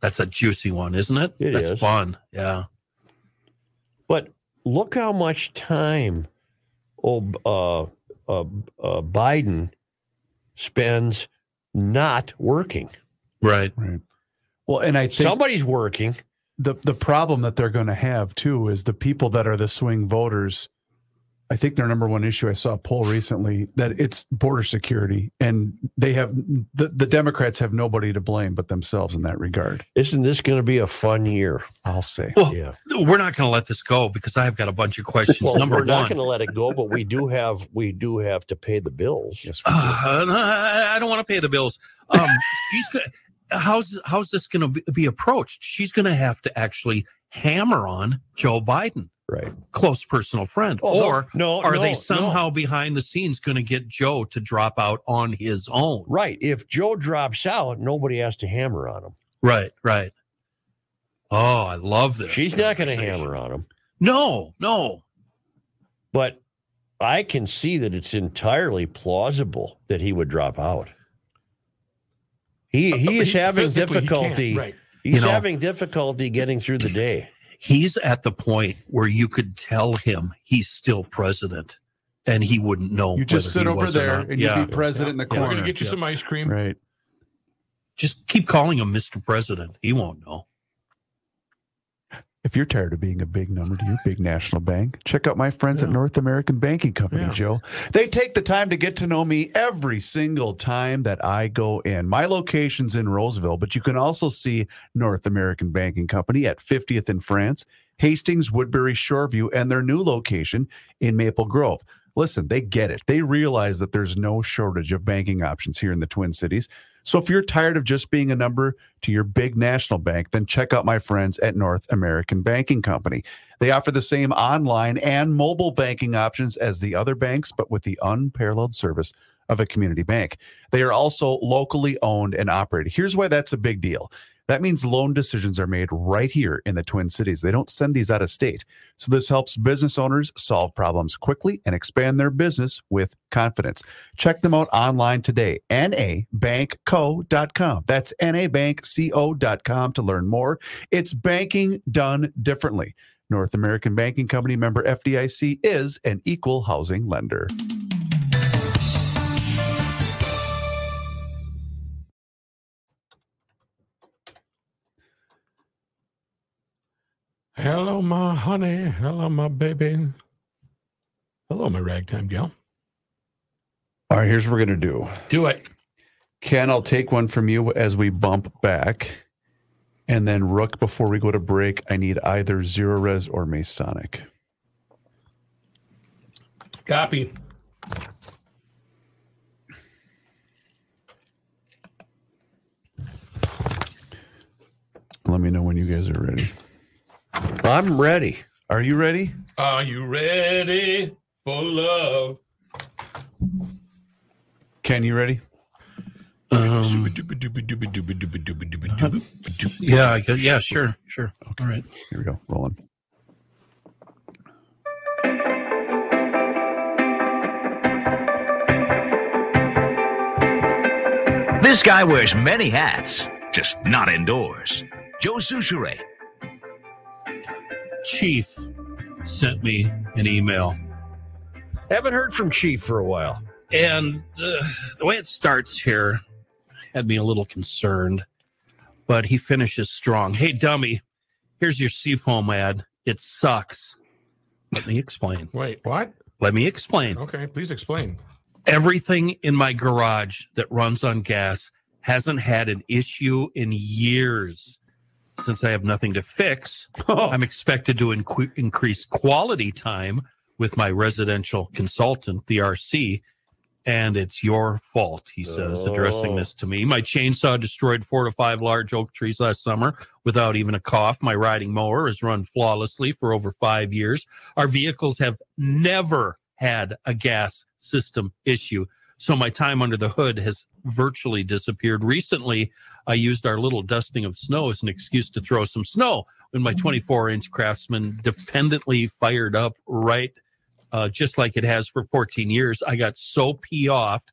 C: That's a juicy one, isn't it?
A: It
C: That's
A: is.
C: fun. Yeah.
A: But look how much time old uh, uh, uh, Biden spends not working.
C: Right.
B: well, and I think
A: Somebody's working.
B: the the problem that they're going to have too is the people that are the swing voters. I think their number one issue I saw a poll recently that it's border security, and they have the, the Democrats have nobody to blame but themselves in that regard.
A: Isn't this going to be a fun year?
B: I'll say.
C: Well,
A: Yeah.
C: we're not going to let this go because I've got a bunch of questions.
A: Well,
C: Number
A: we're not
C: one,
A: going to let it go, but we do have we do have to pay the bills.
B: Yes, we
A: [LAUGHS]
B: do.
C: Uh, I I don't want to pay the bills. Um, she's go- how's how's this going to be approached? She's going to have to actually hammer on Joe Biden,
A: Right.
C: close personal friend,
A: [SIGHS] Oh, no,
C: or
A: No.
C: are
A: no,
C: they
A: no.
C: somehow behind the scenes going to get Joe to drop out on his own?
A: Right. If Joe drops out, nobody has to hammer on him.
C: Right, right. Oh, I love this.
A: She's not going to
C: conversation.
A: hammer on him.
C: No, no.
A: But I can see that it's entirely plausible that he would drop out. He he is having
E: physically, Uh, he can't,
A: difficulty.
E: right.
A: He's
C: You know-
A: having difficulty getting through the day.
C: He's at the point where you could tell him he's still president, and he wouldn't know.
B: You just
C: whether
B: sit
C: he
B: over
C: was or
B: there
C: not.
B: and
C: yeah,
B: you be president in the
E: We're
B: corner.
E: gonna get you some ice cream.
B: right.
C: just keep calling him Mr. President. He won't know.
B: If you're tired of being a big number to your big national bank, check out my friends at North American Banking Company,
E: Yeah.
B: Joe. They take the time to get to know me every single time that I go in. My location's in Roseville, but you can also see North American Banking Company at 50th in France, Hastings, Woodbury, Shoreview, and their new location in Maple Grove. Listen, they get it. They realize that there's no shortage of banking options here in the Twin Cities. So if you're tired of just being a number to your big national bank, then check out my friends at North American Banking Company. They offer the same online and mobile banking options as the other banks, but with the unparalleled service of a community bank. They are also locally owned and operated. Here's why that's a big deal. That means loan decisions are made right here in the Twin Cities. They don't send these out of state. So this helps business owners solve problems quickly and expand their business with confidence. Check them out online today, nabankco.com. That's nabankco.com to learn more. It's banking done differently. North American Banking Company member FDIC is an equal housing lender.
E: Hello, my honey. Hello, my baby. Hello, my ragtime gal.
B: All right, here's what we're going to do.
E: Do it.
B: Ken, I'll take one from you as we bump back. And then Rook, before we go to break, I need either Zero Res or Masonic.
E: Copy.
B: Let me know when you guys are ready.
A: I'm ready.
B: Are you ready?
E: Are you ready for love?
B: Ken, you ready?
C: [LAUGHS] Um, Uh-huh. yeah, I guess, yeah, sure, sure. All right.
B: Here we go. Rolling.
G: This guy wears many hats, just not indoors. Joe Souchere.
C: Chief sent me an email.
A: Haven't heard from Chief for a while.
C: And uh, the way it starts here had me a little concerned, but he finishes strong. Hey, dummy, here's your Seafoam ad. It sucks. Let me explain.
E: Wait, what?
C: Let me explain.
E: Okay, please explain.
C: Everything in my garage that runs on gas hasn't had an issue in years. Since I have nothing to fix, I'm expected to inque- increase quality time with my residential consultant, the RC, and it's your fault, he says, addressing
A: Oh.
C: this to me. My chainsaw destroyed four to five large oak trees last summer without even a cough. My riding mower has run flawlessly for over five years. Our vehicles have never had a gas system issue. So my time under the hood has virtually disappeared. Recently, I used our little dusting of snow as an excuse to throw some snow
A: Mm-hmm.
C: when my 24 inch craftsman dependently fired up right uh, just like it has for 14 years. I got so pee off.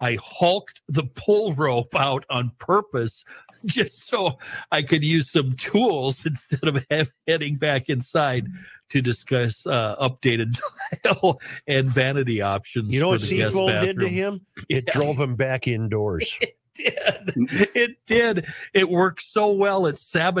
C: I hulked the pull rope out on purpose just so I could use some tools [LAUGHS] instead of he- heading back inside
A: Mm-hmm.
C: to discuss uh, updated [LAUGHS] tile and vanity options.
A: You know
C: for
A: what
C: the guest
A: Seafoam did to
C: bathroom.
A: him? It
C: Yeah.
A: drove him back indoors.
C: did. It did. It worked so well, it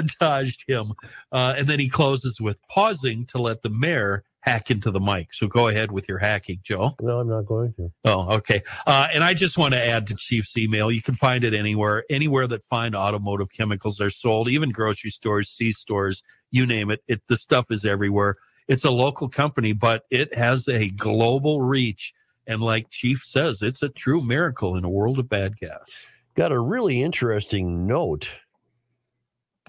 C: sabotaged him. Uh, and then he closes with pausing to let the mayor hack into the mic. So go ahead with your hacking, Joe.
A: [LAUGHS] no, I'm not going to.
C: Oh, okay. Uh, and I just want to add to Chief's email. You can find it anywhere, anywhere that fine automotive chemicals are sold, even grocery stores, C stores, you name it. It the stuff is everywhere. It's a local company, but it has a global reach. And like Chief says, it's a true miracle in a world of bad gas.
A: Got a really interesting note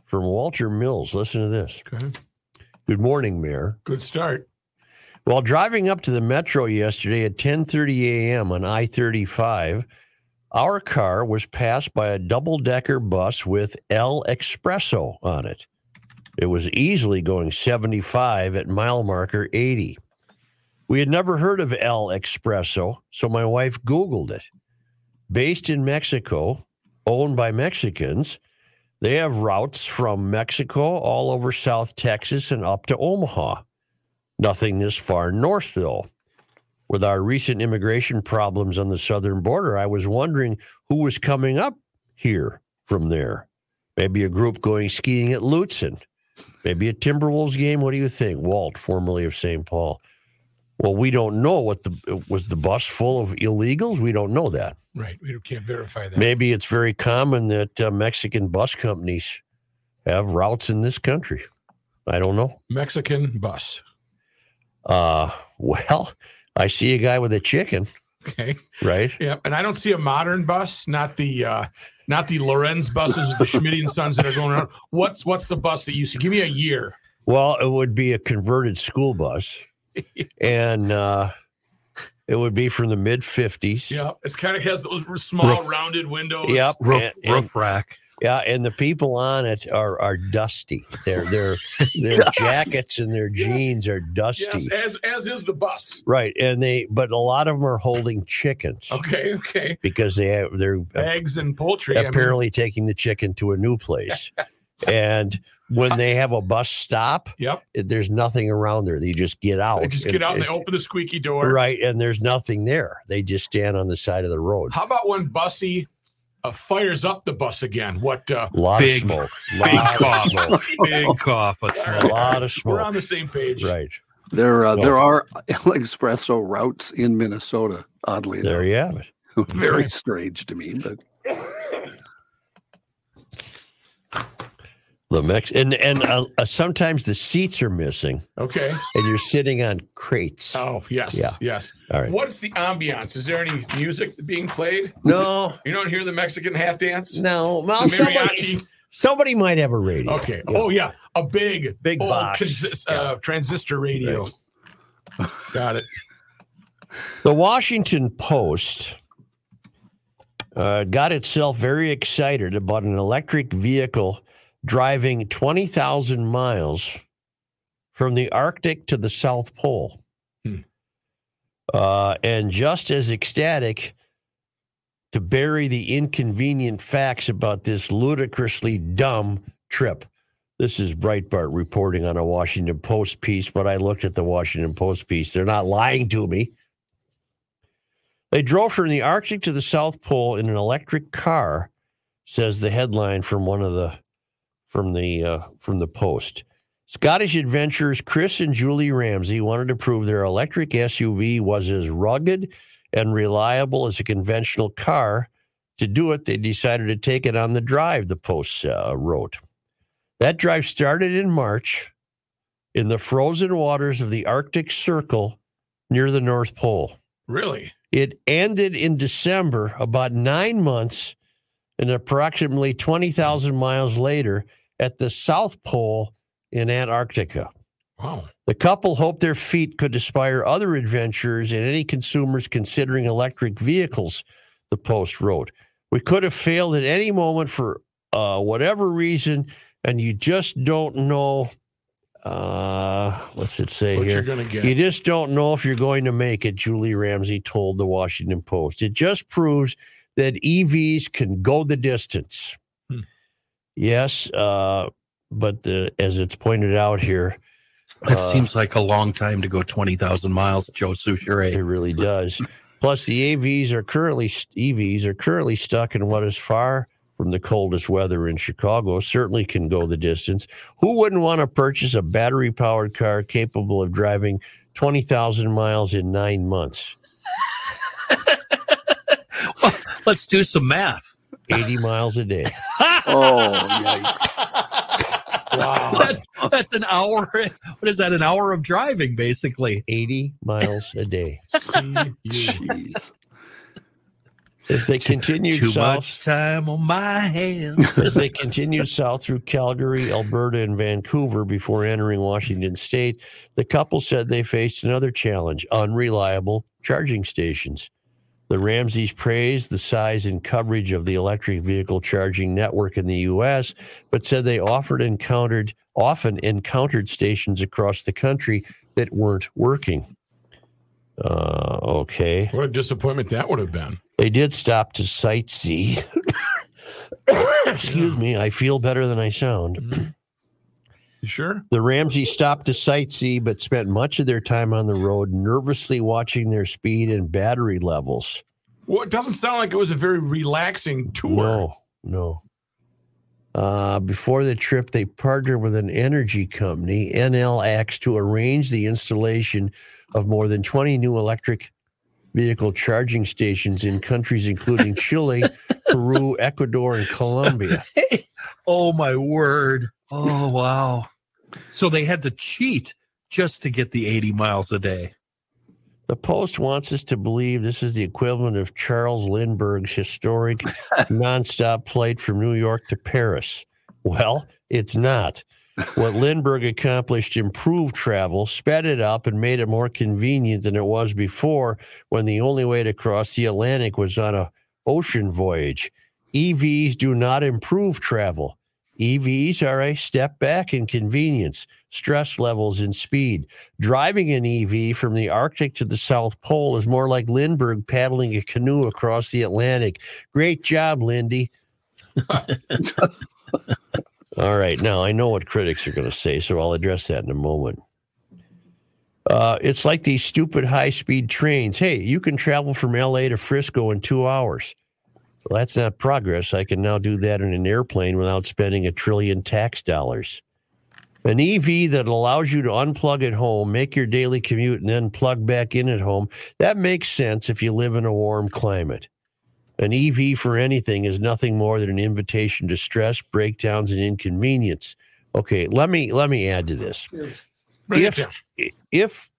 A: from Walter Mills. Listen to this.
E: Okay.
A: Good morning, Mayor.
E: Good start.
A: While driving up to the metro yesterday at 10:30 a.m. on I-35, our car was passed by a double-decker bus with El Expresso on it. It was easily going 75 at mile marker 80. We had never heard of El Expresso, so my wife googled it. Based in Mexico, owned by Mexicans, they have routes from Mexico all over South Texas and up to Omaha. Nothing this far north, though. With our recent immigration problems on the southern border, I was wondering who was coming up here from there. Maybe a group going skiing at Lutzen. Maybe a Timberwolves game. What do you think, Walt, formerly of St. Paul? Well, we don't know what the was the bus full of illegals. We don't know that.
E: Right. We can't verify that.
A: Maybe it's very common that uh, Mexican bus companies have routes in this country. I don't know.
E: Mexican bus.
A: Uh, well, [LAUGHS] I see a guy with a chicken,
E: Okay.
A: right?
E: Yeah. And I don't see a modern bus, not the uh not the Lorenz buses, the Schmidt and Sons that are going around. What's what's the bus that you see? Give me a year.
A: Well, it would be a converted school bus, and uh, it would be from the mid '50s.
E: Yeah. It's kind of has those r- small
C: Roof.
E: rounded windows.
A: Yep.
C: Roof,
A: and- and-
C: roof rack.
A: yeah, and the people on it are are dusty. Their their their jackets and their jeans are dusty.
E: Yes, as as is the bus.
A: Right, and they but a lot of them are holding chickens
E: Okay, okay.
A: because they have they're
E: Eggs and poultry. I mean,
A: apparently taking the chicken to a new
E: [LAUGHS]
A: place. and when they have a bus stop,
E: Yep.
A: it- there's nothing around there. They just get out.
E: They just get out and they open the squeaky door.
A: Right, and there's nothing there. They just stand on the side of the road.
E: How about when Bussy uh, fires up the bus again? What? Uh,
A: lot
C: Big-
A: of
E: [LAUGHS]
A: smoke.
C: Big
A: Lot of smoke.
C: cough. Big cough. Let's
A: A
C: not-
A: lot of
E: we're on
A: smoke.
E: the same page.
A: Right.
D: There, uh,
A: No.
D: there are [LAUGHS] El Expresso routes in Minnesota. Oddly
A: There
D: enough,
A: you have it.
D: [LAUGHS] very strange to me. But
A: The Mex and and uh, uh, sometimes the seats are missing,
E: Okay.
A: and you're sitting on crates.
E: Oh yes.
A: Yeah.
E: Yes.
A: All right.
E: What's the ambiance? Is there any music being played?
A: No,
E: You don't hear the Mexican hat dance?
A: no. Well,
E: The
A: somebody,
E: mariachi.
A: somebody might have a radio.
E: Okay.
A: Yeah.
E: Oh yeah, a big,
A: Big
E: old
A: box.
E: consis- uh, transistor radio. Got it.
A: The Washington Post uh, got itself very excited about an electric vehicle driving 20,000 miles from the Arctic to the South Pole.
E: Hmm.
A: Uh, and just as ecstatic to bury the inconvenient facts about this ludicrously dumb trip. This is Breitbart reporting on a Washington Post piece, but I looked at the Washington Post piece. They're not lying to me. They drove from the Arctic to the South Pole in an electric car, says the headline from one of the from the uh, from the Post. Scottish adventurers Chris and Julie Ramsey wanted to prove their electric SUV was as rugged and reliable as a conventional car. To do it, they decided to take it on the drive. The Post uh, wrote that drive started in March in the frozen waters of the Arctic Circle near the North Pole.
E: Really?
A: It ended in December, about nine months and approximately 20,000 miles later at the South Pole in Antarctica.
E: Wow.
A: The couple hoped their feat could inspire other adventurers and any consumers considering electric vehicles, the Post wrote. We could have failed at any moment for uh, whatever reason, and you just don't know. Uh, what's it say
E: What
A: here?
E: you're gonna get?
A: You just don't know if you're going to make it, Julie Ramsey told the Washington Post. It just proves that EVs can go the distance.
E: Hmm.
A: Yes, uh, but the, as it's pointed out here,
C: That
A: uh,
C: seems like a long time to go 20,000 miles, Joe
A: it
C: Souchere.
A: really does. Plus, the AVs are currently EVs are currently stuck in what is far from the coldest weather in Chicago. Certainly can go the distance. Who wouldn't want to purchase a battery powered car capable of driving twenty thousand miles in nine months,
C: Let's do some math. [LAUGHS]
A: eighty miles a day?
D: oh, yikes!
E: Wow.
C: That's that's an hour. What is that? An hour of driving, basically.
A: 80 miles a day.
E: See you.
D: Jeez.
A: If they continued
C: [LAUGHS] Too much
A: south,
C: time on
A: [LAUGHS]
C: my hands. [LAUGHS]
A: if they continued south through Calgary, Alberta, and Vancouver before entering Washington state, the couple said they faced another challenge unreliable charging stations. The Ramseys praised the size and coverage of the electric vehicle charging network in the U.S., but said they offered encountered, often encountered stations across the country that weren't working. Uh, okay.
E: What a disappointment that would have been.
A: They did stop to sightsee. [LAUGHS] [COUGHS] Excuse me, I feel better than I sound.
E: Mm-hmm. You sure?
A: The Ramsey stopped to sightsee, but spent much of their time on the road nervously watching their speed and battery levels.
E: Well, it doesn't sound like it was a very relaxing tour.
A: No, no. Uh, before the trip, they partnered with an energy company, NLX, to arrange the installation of more than 20 new electric vehicle charging stations in countries including Chile, Peru, Ecuador, and Colombia.
C: oh my word. Oh wow. So they had to cheat just to get the 80 miles a day.
A: The Post wants us to believe this is the equivalent of Charles Lindbergh's historic nonstop flight from New York to Paris. Well, it's not. What Lindbergh accomplished improved travel, sped it up, and made it more convenient than it was before when the only way to cross the Atlantic was on a ocean voyage. EVs do not improve travel. EVs are a step back in convenience, stress levels, and speed. Driving an EV from the Arctic to the South Pole is more like Lindbergh paddling a canoe across the Atlantic. Great job, Lindy. All right. Now, I know what critics are going to say, so I'll address that in a moment. Uh, it's like these stupid high speed trains. Hey, you can travel from LA to Frisco in two hours. Well, that's not progress. I can now do that in an airplane without spending a trillion tax dollars. An EV that allows you to unplug at home, make your daily commute, and then plug back in at home, that makes sense if you live in a warm climate. An EV for anything is nothing more than an invitation to stress, breakdowns, and inconvenience. Okay, let me let me add to this.
E: Break it
A: If-
E: down.
A: If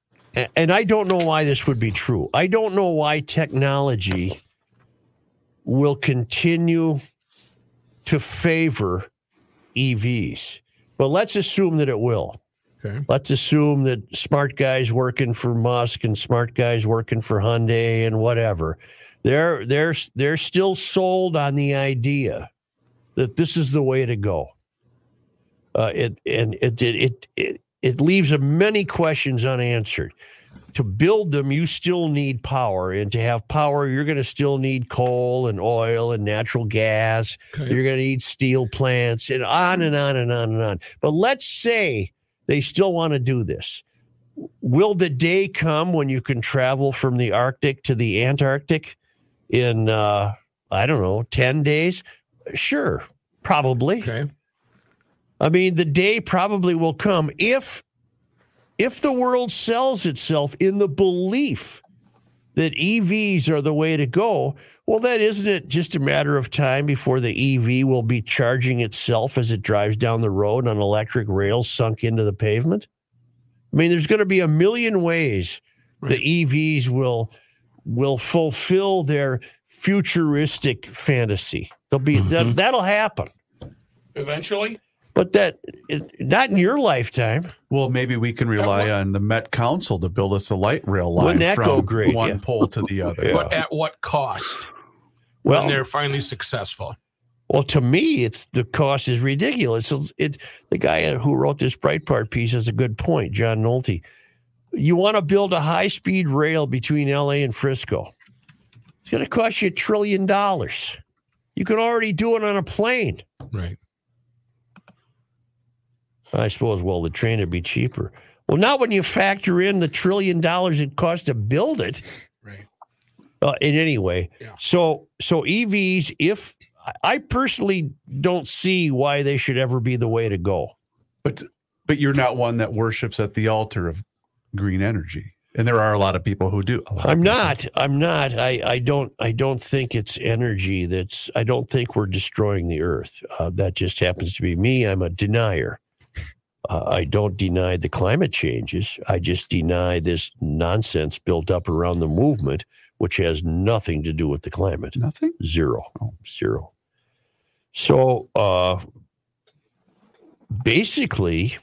A: and I don't know why this would be true. I don't know why technology will continue to favor EVs. But let's assume that it will.
E: Okay.
A: Let's assume that smart guys working for Musk and smart guys working for Hyundai and whatever. They're they're they're still sold on the idea that this is the way to go. Uh, it and it it, it it it leaves many questions unanswered. To build them, you still need power, and to have power, you're going to still need coal and oil and natural gas
E: Okay.
A: you're going to need steel plants and on and on and on and on. But let's say they still want to do this. Will the day come when you can travel from the Arctic to the Antarctic in, uh, I don't know, 10 days? Sure, probably.
E: Okay.
A: I mean, the day probably will come if if the world sells itself in the belief that EVs are the way to go. Well, then isn't it just a matter of time before the EV will be charging itself as it drives down the road on electric rails sunk into the pavement? I mean, there's going to be a million ways the EVs will will fulfill their futuristic fantasy. They'll be that, that'll happen.
E: Eventually,
A: But that it- not in your lifetime.
B: Well, maybe we can rely on the Met Council to build us a light rail line
A: Wouldn't that go
B: from
A: great?
B: one
A: Yeah.
B: pole to
A: [LAUGHS]
B: the other.
A: Yeah.
E: but at what cost? when
A: Well,
E: they're finally successful.
A: well, to me, it's the cost is ridiculous. It's, it's the guy who wrote this Breitbart piece has a good point, John Nolte. You want to build a high speed rail between LA and Frisco. It's going to cost you a trillion dollars. You can already do it on a plane.
E: Right.
A: I suppose, well, the train would be cheaper. Well, not when you factor in the trillion dollars it costs to build it.
E: Right.
A: Uh, in any way,
E: Yeah.
A: so so EVs, if I- I personally don't see why they should ever be the way to go.
B: But you're not one that worships at the altar of green energy. And there are a lot of people who do. A lot of
A: I'm
B: people.
A: not. I'm not. I, I don't. I don't think it's energy. That's. I don't think we're destroying the earth. Uh, that just happens to be me. I'm a denier. Uh, I don't deny the climate changes. I just deny this nonsense built up around the movement, which has nothing to do with the climate.
B: Nothing.
A: Zero, Oh, zero. So uh, basically,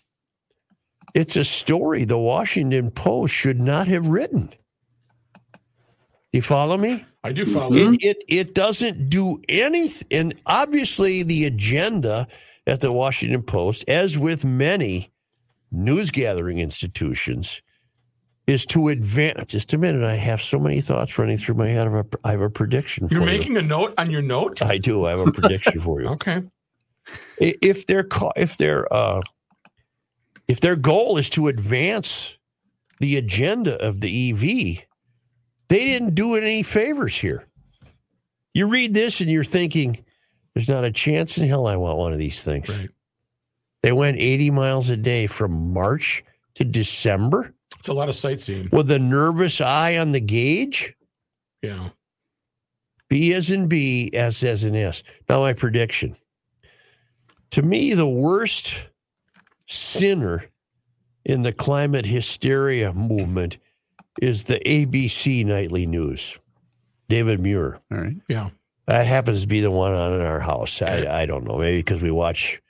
A: it's a story the Washington Post should not have written. You follow me?
E: I do follow.
A: It, it it doesn't do anything. And obviously, the agenda at the Washington Post, as with many news gathering institutions, is to advance. Just a minute, I have so many thoughts running through my head. I have a, I have a prediction.
E: You're
A: for
E: making a note on your note.
A: You. I do. I have a prediction for you.
E: [LAUGHS] Okay.
A: I- If their co- if their uh, if their goal is to advance the agenda of the EV, they didn't do it any favors here. You read this and you're thinking, there's not a chance in hell I want one of these things.
E: Right.
A: They went 80 miles a day from March to December
E: It's a lot of sightseeing.
A: with a nervous eye on the gauge.
E: Yeah.
A: B as in B, S as in S. Now, my prediction. To me, the worst sinner in the climate hysteria movement is the ABC nightly news. David Muir.
B: All right.
A: That happens to be the one on in our house. I, I don't know. Maybe because we watch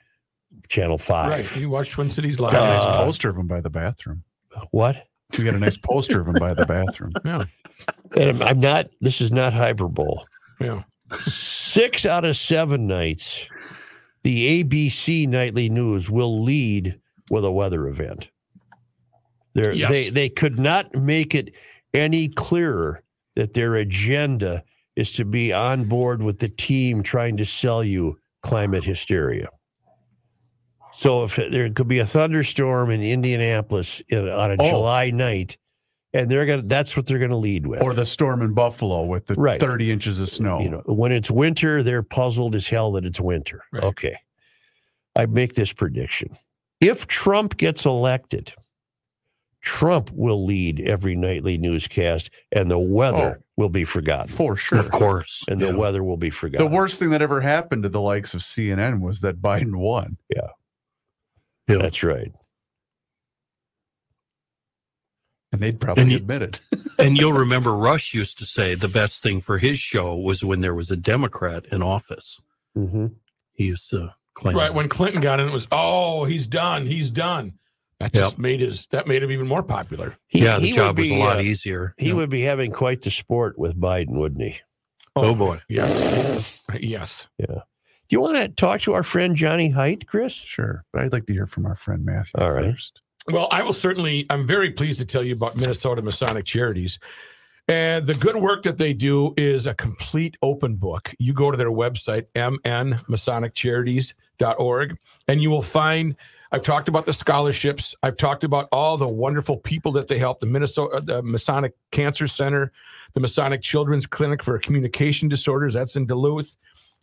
A: Channel 5.
E: Right. You watch Twin Cities
B: We
E: live.
B: got a nice
A: Uh,
B: poster of him by the bathroom.
A: What?
B: We got a nice poster of him by the
A: [LAUGHS]
B: bathroom.
A: And I'm, I'm not, this is not hyperbole.
E: yeah.
A: Six out of seven nights, the ABC nightly news will lead with a weather event. They're,
E: Yes.
A: They they could not make it any clearer that their agenda is to be on board with the team trying to sell you climate hysteria. So if there could be a thunderstorm in Indianapolis in, on a
B: Oh.
A: July night, and they're gonna that's what they're gonna lead with.
B: Or the storm in Buffalo with the
A: Right.
B: 30 inches of snow.
C: Oh.
A: You know, when it's winter, they're puzzled as hell that it's winter.
E: Right.
A: Okay. I make this prediction. If Trump gets elected, Trump will lead every nightly newscast and the
C: Oh.
A: weather will be forgotten.
B: for sure.
C: Of course.
A: And
B: Yeah.
A: the weather will be
B: The
A: forgotten.
B: worst thing that ever happened to the likes of CNN was that Biden won.
A: That's right.
B: And they'd probably
C: And you-
B: admit it.
C: and you'll remember Rush used to say the best thing for his show was when there was a Democrat in office.
A: Mm-hmm.
C: He used to claim.
E: Right. When Clinton got in, it was, oh, he's done. He's done. That just made his, that made him even more popular.
C: yeah, the job was a lot
A: uh,
C: easier.
A: He
C: Yeah.
A: would be having quite the sport with Biden, wouldn't he?
C: oh boy.
A: [SIGHS]
E: Yes. Yes.
A: Do you want to talk to our friend Johnny Height, Chris?
B: Sure. But I'd like to hear from our friend Matthew
A: All right.
B: first.
E: Well, I will certainly, I'm very pleased to tell you about Minnesota Masonic Charities. And the good work that they do is a complete open book. You go to their website, mnmasoniccharities.org, and you will find I've talked about the scholarships. I've talked about all the wonderful people that they help the Minnesota uh, the Masonic Cancer Center, the Masonic Children's Clinic for Communication Disorders, that's in Duluth.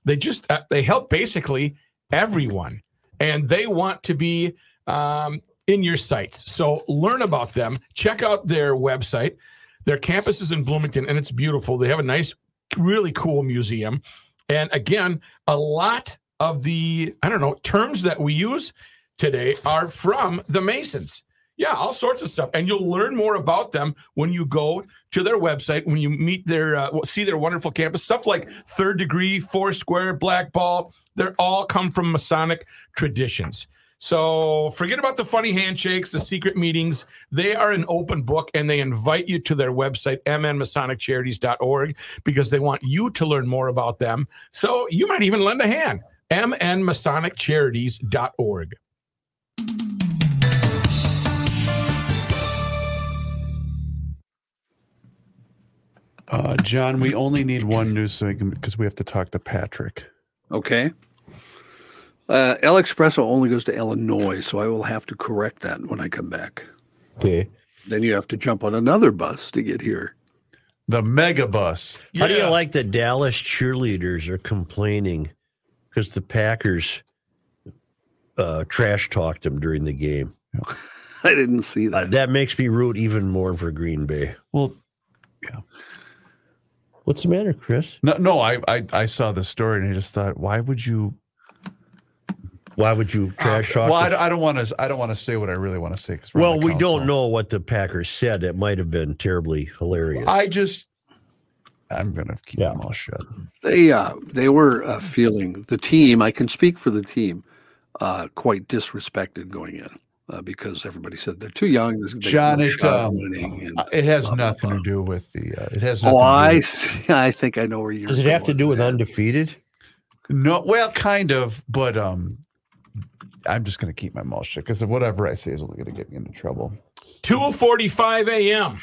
E: They just uh, they help basically everyone. And they want to be um, in your sights. So learn about them. Check out their website. Their campus is in Bloomington and it's beautiful. They have a nice, really cool museum. And again, a lot of the, I don't know, terms that we use today are from the Masons. Yeah, all sorts of stuff. And you'll learn more about them when you go to their website, when you meet their, uh, see their wonderful campus. Stuff like third degree, four square, black ball, they're all come from Masonic traditions. So forget about the funny handshakes, the secret meetings. They are an open book and they invite you to their website, mnmasoniccharities.org, because they want you to learn more about them. So you might even lend a hand. mnmasoniccharities.org.
B: Uh, John, we only need one news so we can because we have to talk to Patrick.
D: Okay. Uh, El Expresso only goes to Illinois, so I will have to correct that when I come back.
A: Okay.
D: Then you have to jump on another bus to get here. [LAUGHS]
B: The mega bus.
A: How do you like the Dallas cheerleaders are complaining because the Packers uh, trash talked them during the game?
D: I didn't see
A: Uh,
D: that.
A: that makes me root even more for Green Bay.
B: Well,
A: What's the matter, Chris?
B: no, no, I, I I saw the story and I just thought, why would you
A: Why would you trash talk?
B: Well, I
A: the-
B: don't, I don't want to. I don't want to say what I really want to say. 'cause we're on
A: well,
B: the
A: we don't
B: council.
A: know what the Packers said. It might have been terribly hilarious.
B: I just. I'm gonna keep
A: Yeah.
B: my mouth shut.
D: They uh, they were uh, feeling the team. I can speak for the team. Uh, quite disrespected going in uh, because everybody said they're too young. They
B: John,
D: no
B: it,
D: shot at
B: um,
D: winning, and-
B: Uh, It has
D: Blah, blah,
B: nothing
D: blah.
B: to do with the. Uh, it has. Nothing
D: oh,
B: to do
D: I [LAUGHS]
B: with-
D: see. I think I know where you're.
A: Does it have to
D: going
A: do with
D: that.
A: undefeated?
B: No, well, kind of, but um, I'm just gonna keep my mouth shut because whatever I say is only gonna get me into trouble.
E: 2:45 a.m.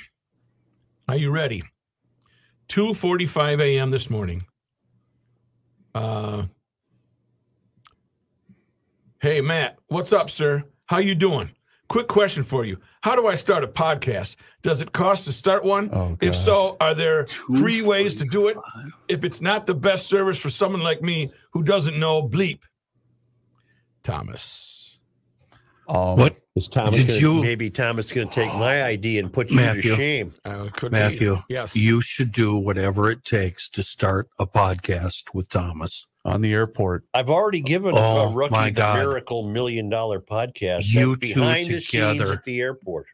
E: Are you ready? 2:45 a.m. this morning. Uh, hey Matt, what's up, sir? How you doing? Quick question for you. How do I start a podcast? Does it cost to start one?
B: Oh,
E: if
B: God.
E: so, are there free ways to do it? If it's not the best service for someone like me who doesn't know bleep. Thomas.
B: Um,
C: What?
A: Is Thomas
C: Did
A: gonna-
C: you-
A: maybe Thomas going to take my ID and put you
C: Matthew.
A: to shame?
E: Uh, could
C: Matthew,
E: Be. Yes.
C: You should do whatever it takes to start a podcast with Thomas.
B: on the airport?
A: I've already given
C: Oh,
A: a rookie
C: my
A: the
C: God.
A: miracle million dollar podcast.
C: You
A: That's
C: two
A: behind the scenes
C: together.
A: at the airport.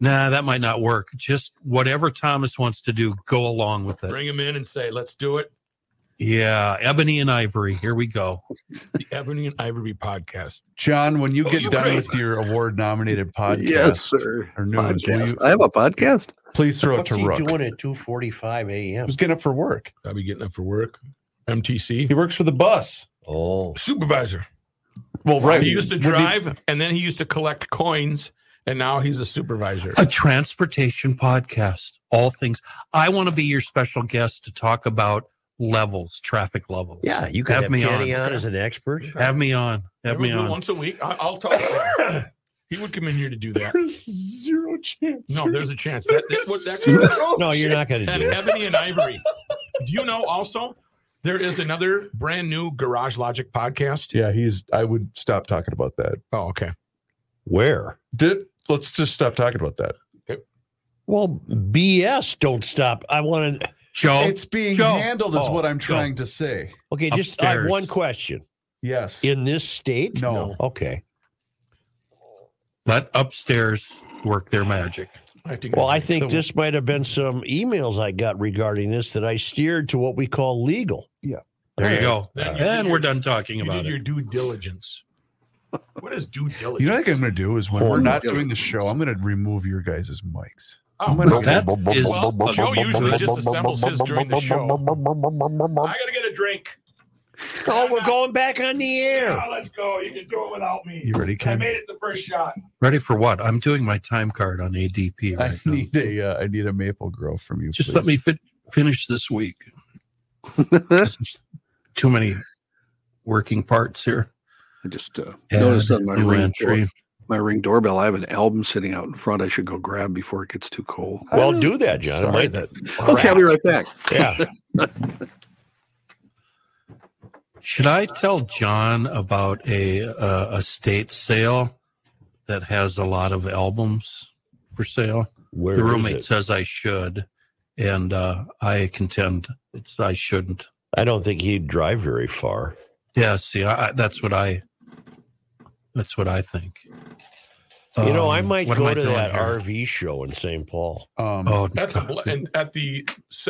C: Nah, that might not work. Just whatever Thomas wants to do, go along with it.
E: Bring him in and say, let's do it.
C: Yeah, Ebony and Ivory. Here we go.
E: The Ebony and Ivory podcast.
B: John, when you
E: Oh,
B: get
E: you
B: done
E: crazy.
B: with your [LAUGHS] award-nominated podcast
D: Yes, sir.
B: or news, will
D: Podcast.
B: you
D: I have a podcast.
B: please throw
A: What's
B: it to
A: he
B: Rook?
A: doing at two forty five a.m.?
B: He's getting up for work.
E: I'll be getting up for work. MTC
B: He works for the bus.
A: Oh,
E: supervisor.
B: Well, right.
E: He used to
B: when did-
E: drive and then he used to collect coins and now he's a supervisor.
C: A transportation podcast, all things. I want to be your special guest to talk about levels, traffic levels.
A: yeah, you could
C: Have
A: have,
C: me
A: Kenny
C: on.
A: on. as an expert.
C: Have me on. Have
E: Every
C: me on.
E: once a week. I, I'll talk.
C: [COUGHS]
E: to him. he would come in here to do
B: [LAUGHS]
E: that.
B: There's zero chance. [LAUGHS]
E: No, there's a chance. That, that, what, that
B: Zero.
A: No, you're not going to
E: and
A: do
C: [LAUGHS]
A: it.
E: Ebony and Ivory. Do you know also there is another brand new Garage Logic podcast?
B: Yeah, he's. I would stop talking about that.
E: Oh, okay.
A: Where?
B: Did let's just stop talking about that.
A: Well, BS. Don't stop. I want to.
E: Oh,
C: Joe,
B: it's being
C: Joe.
B: handled, is
A: Oh,
B: what I'm
C: Joe.
B: trying to say.
A: Okay, just I have
C: Upstairs.
A: one question.
B: Yes.
A: In this state?
B: no.
A: Okay.
C: let upstairs work their magic.
E: I have to
A: Well, I
E: agree.
A: think
E: The-
A: this might have been some emails I got regarding this that I steered to what we call legal.
C: There you go.
E: Then you did
C: and
E: your-
C: we're done talking
E: You
C: about
E: did your
C: it.
E: due diligence. What is due diligence?
B: You know what I think I'm going to do is when we're
D: Horn.
B: not doing the show, I'm going to remove your guys' mics.
E: Oh,
C: Well, that is
E: [LAUGHS] Well,
C: a-
E: Joe usually disassembles his during the show. I gotta get a drink.
A: Oh, we're going back on the air.
E: Oh, let's go. You can do it without me.
B: You ready,
E: I
B: Ken?
E: made it the first shot.
C: Ready for what? I'm doing my time card on ADP right
B: I
C: now.
B: need a uh, I need a maple grove from you.
C: Just
B: please.
C: let me fit, finish this week. Too many working parts here.
D: I just uh,
C: Add
D: noticed on my
C: new
D: ring,
C: entry.
D: door, my ring doorbell, I have an album sitting out in front. I should go grab before it gets too cold.
B: I
A: Well,
B: don't-
A: do that, John. It
B: Sorry
A: might- [LAUGHS]
B: that-
D: Okay, I'll be right back.
A: Yeah.
C: Should I tell John about a uh, estate sale that has a lot of albums for sale?
A: Where
C: the
A: is
C: roommate
A: it?
C: says I should, and uh, I contend it's I shouldn't.
A: I don't think he'd drive very far.
C: Yeah, see, I, I, that's what I. That's what I think.
A: you know, I
C: Um,
A: might
C: what am
A: go
C: I
A: to
C: doing
A: that
C: here?
A: RV show in St. Paul.
B: Um,
C: Oh,
E: That's a, bl- and at the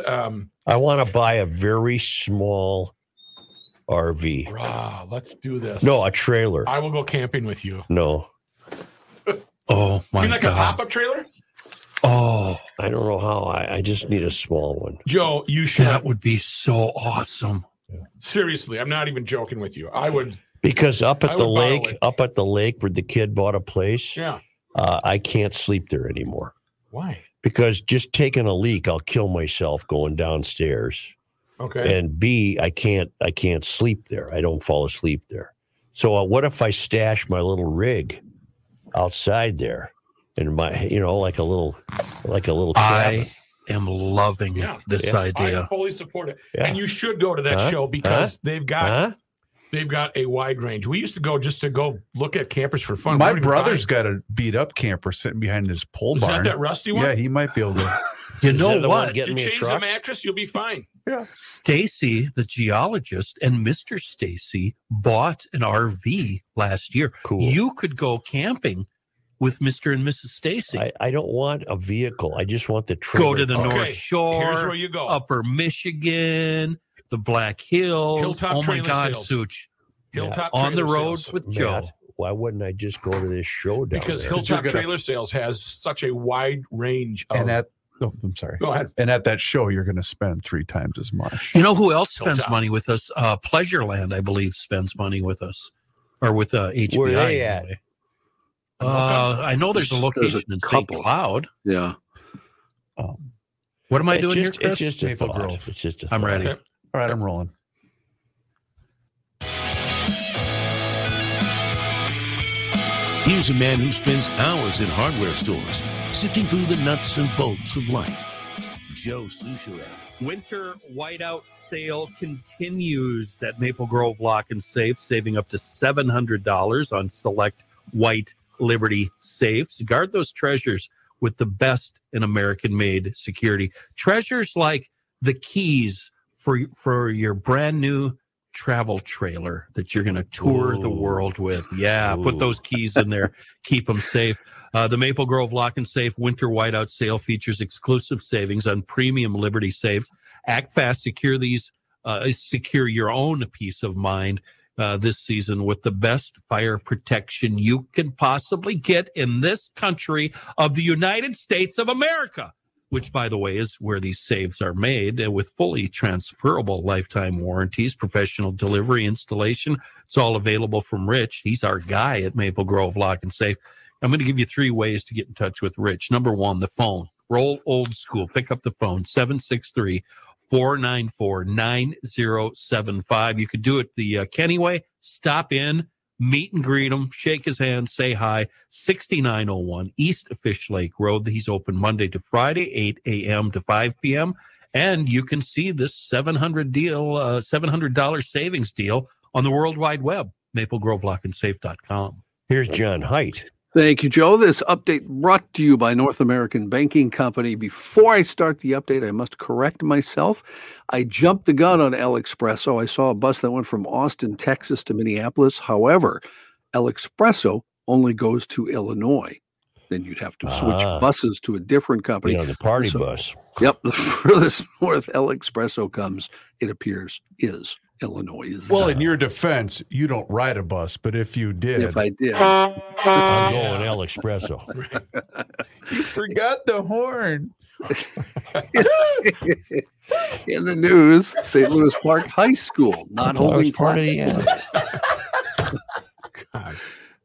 E: um.
A: I want to buy a very small RV.
E: Rah, let's do this.
A: No, a trailer.
E: I will go camping with you.
A: No,
C: oh
E: You
C: my
E: mean like a
C: god!
E: pop-up trailer?
C: Oh,
A: I don't know how. I, I just need a small one.
E: Joe, you should.
C: that would be so awesome.
E: Seriously, I'm not even joking with you. I would.
A: Because up
E: I
A: at the
E: would borrow
A: lake,
E: it.
A: up at the lake where the kid bought a place,
E: Yeah.
A: uh, I can't sleep there anymore.
E: Why?
A: Because just taking a leak, I'll kill myself going downstairs.
E: Okay.
A: And B, I can't, I can't sleep there. I don't fall asleep there. So uh, what if I stash my little rig outside there, and my, you know, like a little, like a little. cabin?
C: I am loving
E: Yeah.
C: this
A: Yeah.
E: I
C: idea.
E: fully support it,
A: Yeah.
E: and you should go to that
A: Huh?
E: show because they've got
A: Huh?
E: they've got a wide range. We used to go just to go look at campers for fun.
B: my
E: We don't even buy-
B: brother's got a beat up camper sitting behind his pole
E: Is
B: barn.
E: that that rusty one?
B: yeah, he might be able to.
C: You
A: Is
C: know
A: that the one
C: what?
A: Getting me
E: You
A: a
E: change the
A: truck.
E: mattress, you'll be fine.
C: Stacy, the geologist, and Mr. Stacy bought an RV last year.
A: Cool.
C: You could go camping with Mr. and Mrs. Stacy.
A: I, I don't want a vehicle. I just want the trailer.
C: Go to the
A: park.
E: Okay,
C: North
E: Here's where
C: Shore,
E: you go.
C: Upper Michigan, the Black Hills.
E: Hilltop
C: oh my
E: trailer
C: God,
E: sales.
C: Such.
E: Hilltop
C: On the
E: Trailer
C: road
E: Sales.
C: with Joe.
A: Matt, why wouldn't I just go to this show down
E: because
A: there?
E: Hilltop
B: gonna-
E: Trailer Sales has such a wide range of.
B: and at oh, I'm sorry.
E: go ahead.
B: And at that show, you're going to spend three times as much.
C: You know who else spends
E: Hilltop.
C: money with us? Uh, Pleasureland, I believe, spends money with us, or with uh, HBI.
A: Where they at?
C: anyway. Uh, I know there's a
D: There's-
C: location
D: there's a
C: in St.
D: couple.
C: Cloud.
D: Yeah.
B: Um,
C: What am I
A: It
C: doing
A: just,
C: here,
A: It's
C: Chris?
A: just a
B: Maple
A: thought.
B: Grove.
A: It's just a
C: I'm
A: thought.
C: ready.
E: Okay.
B: all right, I'm rolling.
H: Here's a man who spends hours in hardware stores sifting through the nuts and bolts of life. Joe Souchere.
C: Winter whiteout sale continues at Maple Grove Lock and Safe, saving up to $700 on select white Liberty safes. Guard those treasures with the best in American made security. Treasures like the keys for, for your brand new travel trailer that you're going to tour the
A: Ooh.
C: world with. Yeah, put
A: Ooh.
C: those keys in there, keep them safe. Uh, the Maple Grove Lock and Safe Winter Whiteout Sale features exclusive savings on premium Liberty safes. Act fast, secure these, uh, secure your own peace of mind uh, this season with the best fire protection you can possibly get in this country of the United States of America. Which, by the way, is where these saves are made uh, with fully transferable lifetime warranties, professional delivery, installation. It's all available from Rich. He's our guy at Maple Grove Lock and Safe. I'm going to give you three ways to get in touch with Rich. Number one, the phone. Roll old school. Pick up the phone, 763 494 9075. You could do it the uh, Kenny way. Stop in, meet and greet him, shake his hand, say hi. 6901 East Fish Lake Road. He's open Monday to Friday, 8 a.m. to 5 p.m. And you can see this 700 deal, uh, $700 savings deal on the World Wide Web, maplegrovelockandsafe.com.
A: Here's John Height.
D: Thank you, Joe. This update brought to you by North American Banking Company. Before I start the update, I must correct myself. I jumped the gun on El Expresso. I saw a bus that went from Austin, Texas to Minneapolis. However, El Expresso only goes to Illinois. Then you'd have to switch
A: Ah.
D: buses to a different company.
A: You know, the party
D: So-
B: [LAUGHS]
A: bus.
D: Yep, [LAUGHS] the furthest north El Expresso comes, it appears, is Illinois.
B: Well, in your defense, you don't ride a bus, but if you did,
D: if I did,
A: I'm going El Expresso.
B: forgot the horn.
D: [LAUGHS] in the news, St. Louis Park High School not
A: thought it was
D: holding
A: part of
D: class.
A: the ad.
E: God.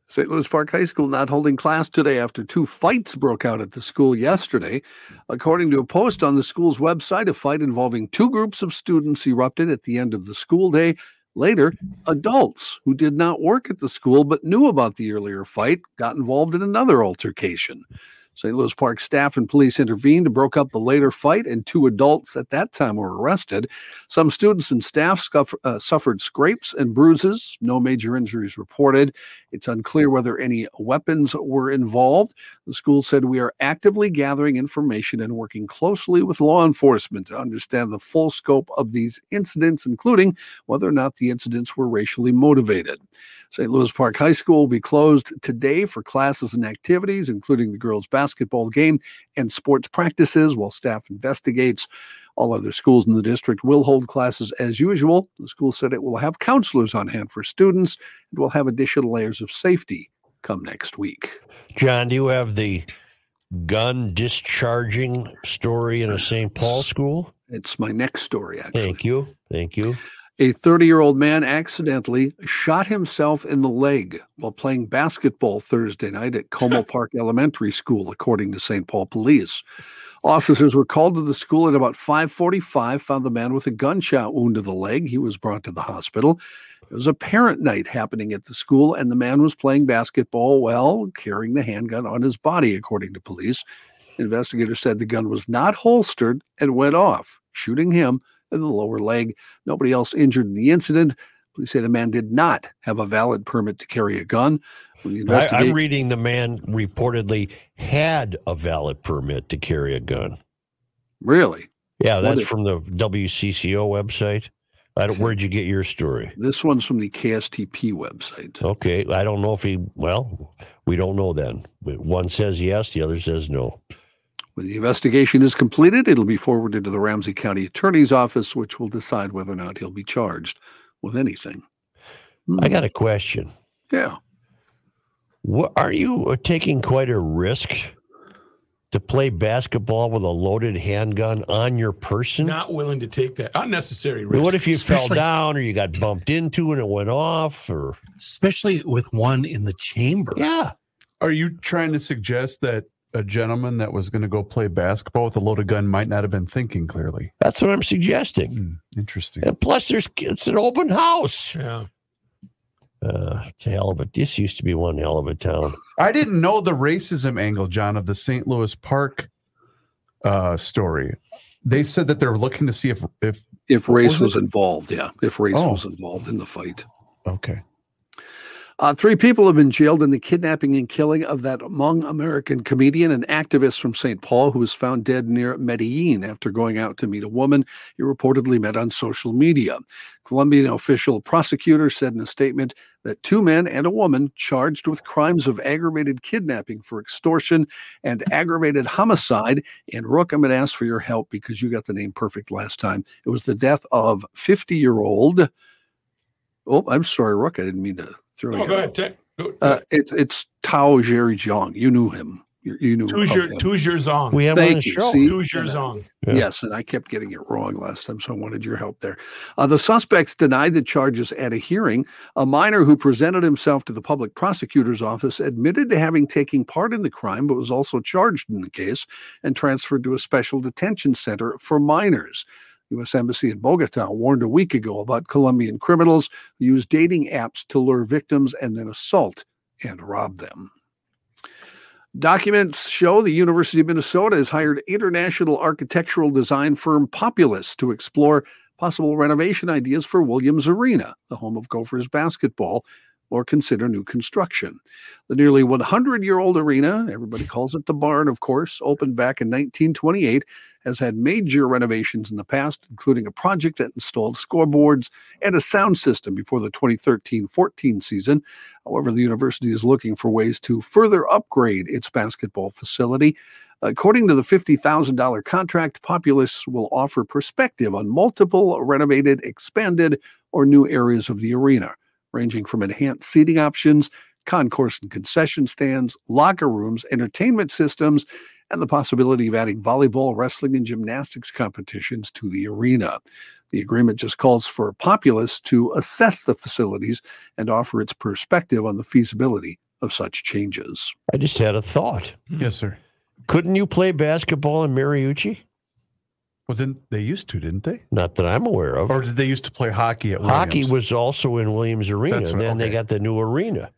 D: St. Louis Park High School not holding class today after two fights broke out at the school yesterday. According to a post on the school's website, a fight involving two groups of students erupted at the end of the school day. Later, adults who did not work at the school but knew about the earlier fight got involved in another altercation. St. Louis Park staff and police intervened, broke up the later fight, and two adults at that time were arrested. Some students and staff scuff, uh, suffered scrapes and bruises. No major injuries reported. It's unclear whether any weapons were involved. The school said we are actively gathering information and working closely with law enforcement to understand the full scope of these incidents, including whether or not the incidents were racially motivated. St. Louis Park High School will be closed today for classes and activities, including the girls' basketball game and sports practices, while staff investigates. All other schools in the district will hold classes as usual. The school said it will have counselors on hand for students and will have additional layers of safety come next week.
A: John, do you have the gun discharging story in a St. Paul school?
D: It's my next story, actually.
A: Thank you. Thank you.
D: A 30 year old man accidentally shot himself in the leg while playing basketball Thursday night at Como Park Elementary School, according to St. Paul police. Officers were called to the school at about 5:45, found the man with a gunshot wound to the leg. He was brought to the hospital. It was a parent night happening at the school, and the man was playing basketball while carrying the handgun on his body, according to police. Investigators said the gun was not holstered and went off, shooting him in the lower leg. Nobody else injured in the incident. Police say the man did not have a valid permit to carry a gun. When the
A: I,
D: investigate-
A: I'm reading the man reportedly had a valid permit to carry a gun.
D: Really?
A: Yeah,
D: What
A: that's
D: is-
A: from the WCCO website. I don't, where'd you get your story?
D: This one's from the KSTP website.
A: Okay, I don't know if he. Well, we don't know then. One says yes, the other says no.
D: When the investigation is completed, it'll be forwarded to the Ramsey County Attorney's Office, which will decide whether or not he'll be charged with anything.
A: I got a question.
D: Yeah.
A: What are you uh, taking quite a risk to play basketball with a loaded handgun on your person?
E: Not willing to take that unnecessary
A: I mean,
E: risk.
A: what if you fell
C: Especially-
A: down or you got bumped into and it went off? Or
C: especially with one in the chamber.
A: yeah,
B: Are you trying to suggest that a gentleman that was going to go play basketball with a loaded gun might not have been thinking clearly?
A: that's what I'm suggesting.
B: Hmm, interesting.
A: And plus, there's it's an open house.
E: Yeah.
A: Uh, to hell of a this used to be one hell of a town.
B: I didn't know the racism angle, John, of the St. Louis Park uh, story. They said that they're looking to see if if
D: If race
B: was it?
D: was, involved, yeah. If race
B: Oh.
D: was involved in the fight.
B: okay.
D: Uh, three people have been jailed in the kidnapping and killing of that Hmong American comedian and activist from St. Paul who was found dead near Medellin after going out to meet a woman he reportedly met on social media. Colombian official prosecutor said in a statement that two men and a woman charged with crimes of aggravated kidnapping for extortion and aggravated homicide. And Rook, I'm going to ask for your help because you got the name perfect last time. It was the death of 50 year old. Oh, I'm sorry, Rook. I didn't mean to throw you.
E: Oh, go ahead. Take, go,
D: Uh, it's it's Tao Jerry Jong. You knew him. You, you knew
E: two's
D: of
E: your
D: him.
E: two's your zong.
A: We have him on the
D: Thank you.
A: show.
D: See?
E: two's your zong.
A: Yeah.
D: Yes, and I kept getting it wrong last time, so I wanted your help there. Uh, the suspects denied the charges at a hearing. A minor who presented himself to the public prosecutor's office admitted to having taken part in the crime, but was also charged in the case and transferred to a special detention center for minors. U.S. Embassy in Bogota warned a week ago about Colombian criminals who use dating apps to lure victims and then assault and rob them. Documents show the University of Minnesota has hired international architectural design firm Populous to explore possible renovation ideas for Williams Arena, the home of Gophers basketball, or consider new construction. The nearly 100 year old arena, everybody calls it the barn, of course, opened back in 1928, has had major renovations in the past, including a project that installed scoreboards and a sound system before the 2013 14 season. However, the university is looking for ways to further upgrade its basketball facility. According to the $50,000 contract, Populous will offer perspective on multiple renovated, expanded, or new areas of the arena, ranging from enhanced seating options, concourse and concession stands, locker rooms, entertainment systems, and the possibility of adding volleyball, wrestling, and gymnastics competitions to the arena. The agreement just calls for Populous to assess the facilities and offer its perspective on the feasibility of such changes.
A: I just had a thought.
B: Yes, sir.
A: Couldn't you play basketball in Mariucci?
B: Well, then they used to, didn't they?
A: Not that I'm aware of.
B: Or did they used to play hockey at
A: Hockey
B: Williams?
A: was also in Williams Arena,
B: That's
A: and
B: what-
A: then they
B: okay.
A: got the new arena.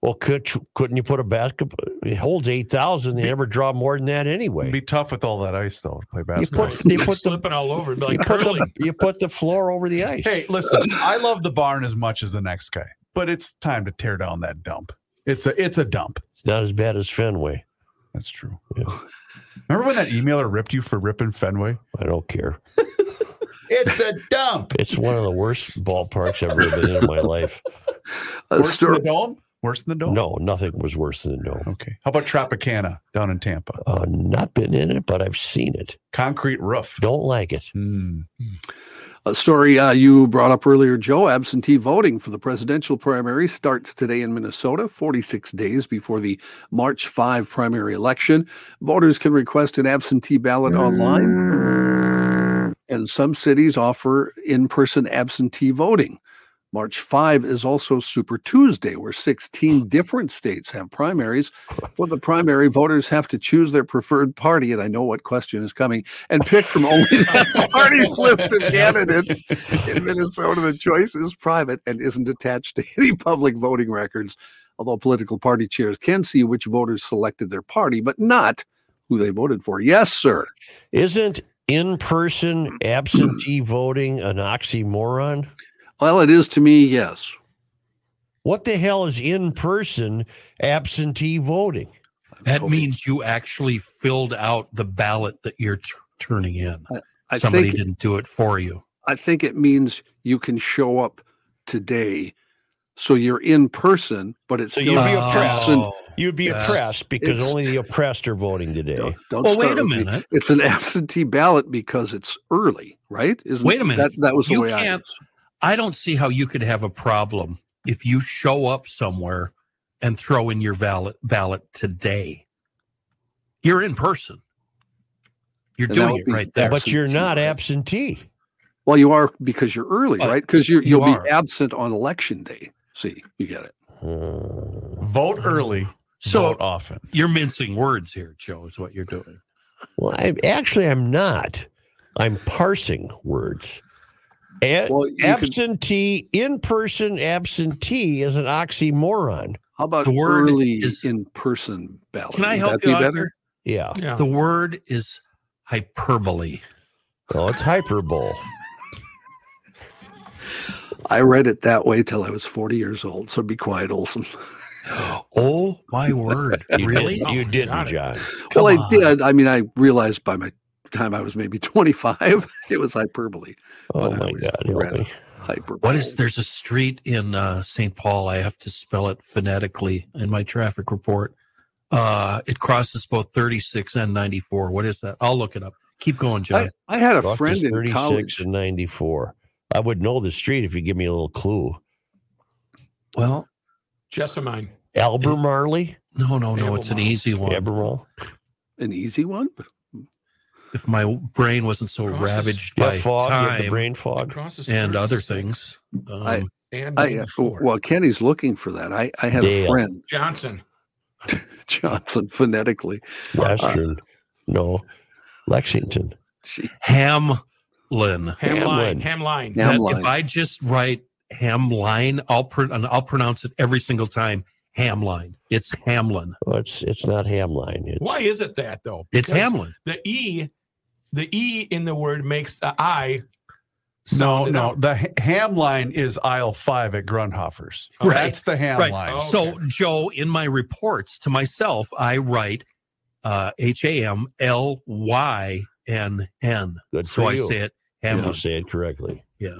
A: Well, could, couldn't you put a basketball? It holds eight thousand. They never draw more than that anyway.
B: It'd be tough with all that ice though to play
A: you
B: basketball.
A: put you put the
E: slipping all over, and be
A: you
E: like
A: put,
E: curling.
A: [LAUGHS] the you put the floor over the ice.
B: Hey, listen, I love the barn as much as the next guy, but it's time to tear down that dump. It's a it's a dump.
A: It's not as bad as Fenway.
B: That's true.
A: Yeah.
B: Remember when that emailer ripped you for ripping Fenway?
A: I don't care.
B: It's a
A: [LAUGHS]
B: dump.
A: It's one of the worst ballparks I've ever been in
B: [LAUGHS]
A: my life.
D: A
B: Worse
D: sur-
B: than the dome? Worse than the dome?
A: No, nothing was worse than no.
B: Okay. How about Tropicana down in Tampa?
A: Uh, not been in it, but I've seen it.
B: Concrete roof.
A: Don't like it.
B: Hmm.
D: A story uh, you brought up earlier, Joe. Absentee voting for the presidential primary starts today in Minnesota, 46 days before the March 5 primary election. Voters can request an absentee ballot online, and some cities offer in person absentee voting. March 5 is also Super Tuesday, where 16 different states have primaries. For the primary, voters have to choose their preferred party, and I know what question is coming, and pick
A: [LAUGHS]
D: from only that party's list of candidates. In Minnesota, the choice is private and isn't attached to any public voting records, although political party chairs can see which voters selected their party, but not who they voted for. Yes, sir.
A: Isn't in-person
B: [CLEARS THROAT]
A: absentee voting an oxymoron?
D: Well, it is to me, yes.
A: What the hell is in person absentee voting?
C: That means you actually filled out the ballot that you're tr- turning in.
D: I
C: Somebody
D: think
C: didn't do it for you.
D: I think it means you can show up today, so you're in person, but it's
A: So
D: still
A: you'll
D: in
A: be oppressed.
D: person.
C: Oh.
A: You'd be
C: That's-
A: oppressed because
D: it's-
A: only the oppressed are voting today.
D: No, don't
C: Well,
D: start
C: wait a
D: with me.
C: minute.
D: It's an absentee ballot because it's early, right? Isn't
C: Wait a minute.
D: That, that was the
C: You
D: way I.
C: can't- I don't see how you could have a problem if you show up somewhere and throw in your ballot ballot today. You're in person. You're
D: And that
C: doing
D: would
C: it
D: be-
C: right
D: Yeah,
C: there.
A: but you're
D: absentee,
A: not
D: right?
A: absentee.
D: Well, you are because you're early,
C: But
D: right? Because you
C: you
D: you'll
C: are.
D: be absent on election day. See, you get it.
A: Hmm.
B: Vote early,
C: so
B: vote often.
C: you're mincing words here, Joe, is what you're doing.
A: Well, I, actually, I'm not. I'm parsing words. A-
D: Well, you could-
A: absentee, in person absentee is an oxymoron.
D: how about
C: the word
D: early
C: is-
D: in person ballot?
C: Can I
D: Would
C: help
D: that
C: you
D: be
C: out
D: better?
C: here?
A: Yeah.
E: Yeah.
C: The word is hyperbole.
A: Well, it's
D: [LAUGHS]
A: hyperbole.
D: I read it that way till I was 40 years old. So be quiet, Olson.
C: Oh my word. [LAUGHS]
A: You
C: really?
A: didn't-
E: Oh,
A: you
E: my
A: didn't,
E: God.
A: John.
D: well, I
C: on.
D: did. I mean, I realized by my time I was maybe [LAUGHS] 25, it was hyperbole.
A: Oh
D: But I
A: my
D: was
A: God, help
D: rather
A: me.
D: Hyperbole.
C: What is there's a street in uh, St. Paul. I have to spell it phonetically in my traffic report. Uh, it crosses both 36 and 94. What is that? I'll look it up. Keep going,
D: I,
C: John.
D: I had a
A: Rock
D: friend
A: is
D: in
A: 36
D: college.
A: and 94. I would know the street if you give me a little clue.
C: well,
E: Jessamine.
A: Albemarle?
C: no, no, no. It's an easy one.
A: Albemarle?
D: An easy one.
C: If my brain wasn't so
E: Crosses-
C: ravaged
A: You
C: by
A: have fog, you have the
C: time
A: brain fog.
E: Crosses
C: and other
E: 36
C: things, um,
D: I-
E: And
D: I, uh,
E: 94.
D: well, Kenny's looking for that. I, I had
A: Dale.
D: a friend, [LAUGHS]
E: Johnson.
D: Johnson, phonetically.
A: Western. No. Lexington.
D: Gee,
C: Hamlin.
E: Hamline.
A: Hamline.
E: Hamline.
D: Yeah.
C: that
D: Hamline.
C: if I just write Hamline, I'll print and I'll pronounce it every single time. Hamline. It's Hamlin.
A: Well, Oh, it's it's not Hamline. It's
E: Why is it that though?
C: It's
E: Because
C: Hamlin.
E: The E, the E in the word makes the I.
B: No,
E: sound it
B: no.
E: out.
B: The ha- ham line is aisle five at Grunhofer's.
C: Right.
B: That's the ham
C: Right.
B: line.
E: Oh.
C: So, Joe, in my reports to myself, I write uh, H A M L Y N N.
A: good
C: So
A: for
C: I
A: you.
C: say it
A: You
C: Hamlin.
A: say it correctly.
C: Yeah.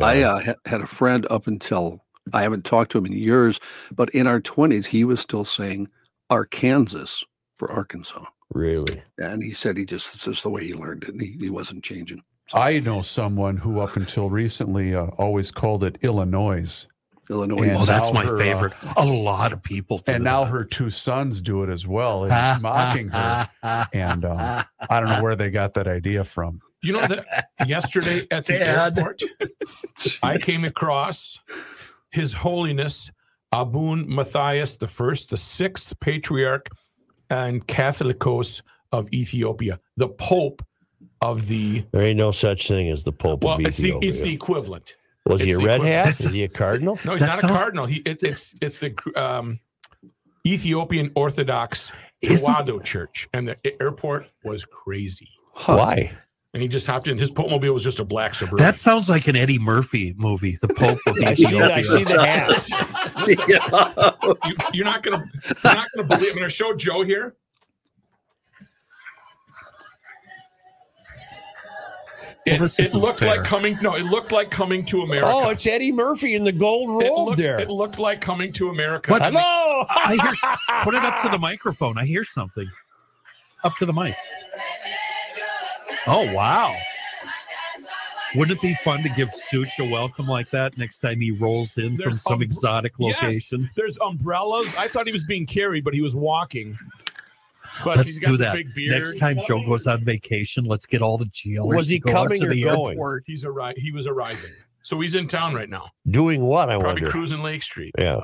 D: I
A: John.
D: uh, ha- had a friend up until I haven't talked to him in years, but in our 20s, he was still saying Arkansas for Arkansas.
A: really.
D: And he said he just, this is the way he learned it. and He, he wasn't changing.
B: I know someone who, up until recently, uh, always called it Illinois.
D: Illinois.
B: And
C: Oh, that's
B: now
C: my
B: her, uh,
C: favorite. A lot of people. do
B: And
C: [LAUGHS]
B: now
C: that.
B: her two sons do it as [LAUGHS] well, and mocking her. And um, I don't know where they got that idea from.
E: You
A: [LAUGHS]
E: know that yesterday at the
C: Dad.
E: airport, I came across His Holiness Abun Matthias the First, the sixth patriarch and Catholicos of Ethiopia, the Pope of the.
A: There ain't no such thing as the Pope
E: Well,
A: of
E: it's the
A: Ethiopia.
E: it's the equivalent.
A: Was he a
E: it's the
A: red
E: equivalent.
A: hat?
C: That's-
A: Is he a
D: [LAUGHS]
A: cardinal?
E: No, he's
C: That
E: not a
C: sounds-
E: cardinal. He it, it's it's the um, Ethiopian Orthodox
C: Isn't-
E: Iwado Church, and the airport was crazy.
D: [LAUGHS] Huh.
A: Why?
E: And he just hopped in. His Popemobile was just a black suburban.
C: That sounds like an Eddie Murphy movie, The Pope of
A: I see, I see
C: Ethiopia.
A: the hat.
D: [LAUGHS] Yeah.
E: you, you're not gonna you're not gonna believe. I'm gonna show Joe here. It,
C: this
E: it
C: isn't
E: looked
C: fair.
E: like coming. No, it looked like coming to America.
A: Oh, it's Eddie Murphy in the gold
E: it
A: robe
E: looked,
A: there.
E: It looked like coming to America.
C: What?
A: Hello.
C: I hear, s- put it up to the microphone. I hear something. Up to the mic. Oh, wow. Wouldn't it be fun to give Such a welcome like that next time he rolls in from
E: There's
C: some
E: some-
C: exotic
E: Yes,
C: location?
E: there's umbrellas. I thought he was being carried, but he was walking. But
C: Let's
E: he's got
C: do
E: the
C: that.
E: big beard.
C: Next time Joe goes on vacation, let's get all the GLers
A: Was
C: to
A: he
C: go out
A: coming
C: to
A: or
C: the
A: going?
C: airport.
E: He's arriving. He was arriving. So he's in town right now.
A: [LAUGHS] Doing what? I
E: Probably
A: wonder.
E: cruising Lake Street.
A: Yeah.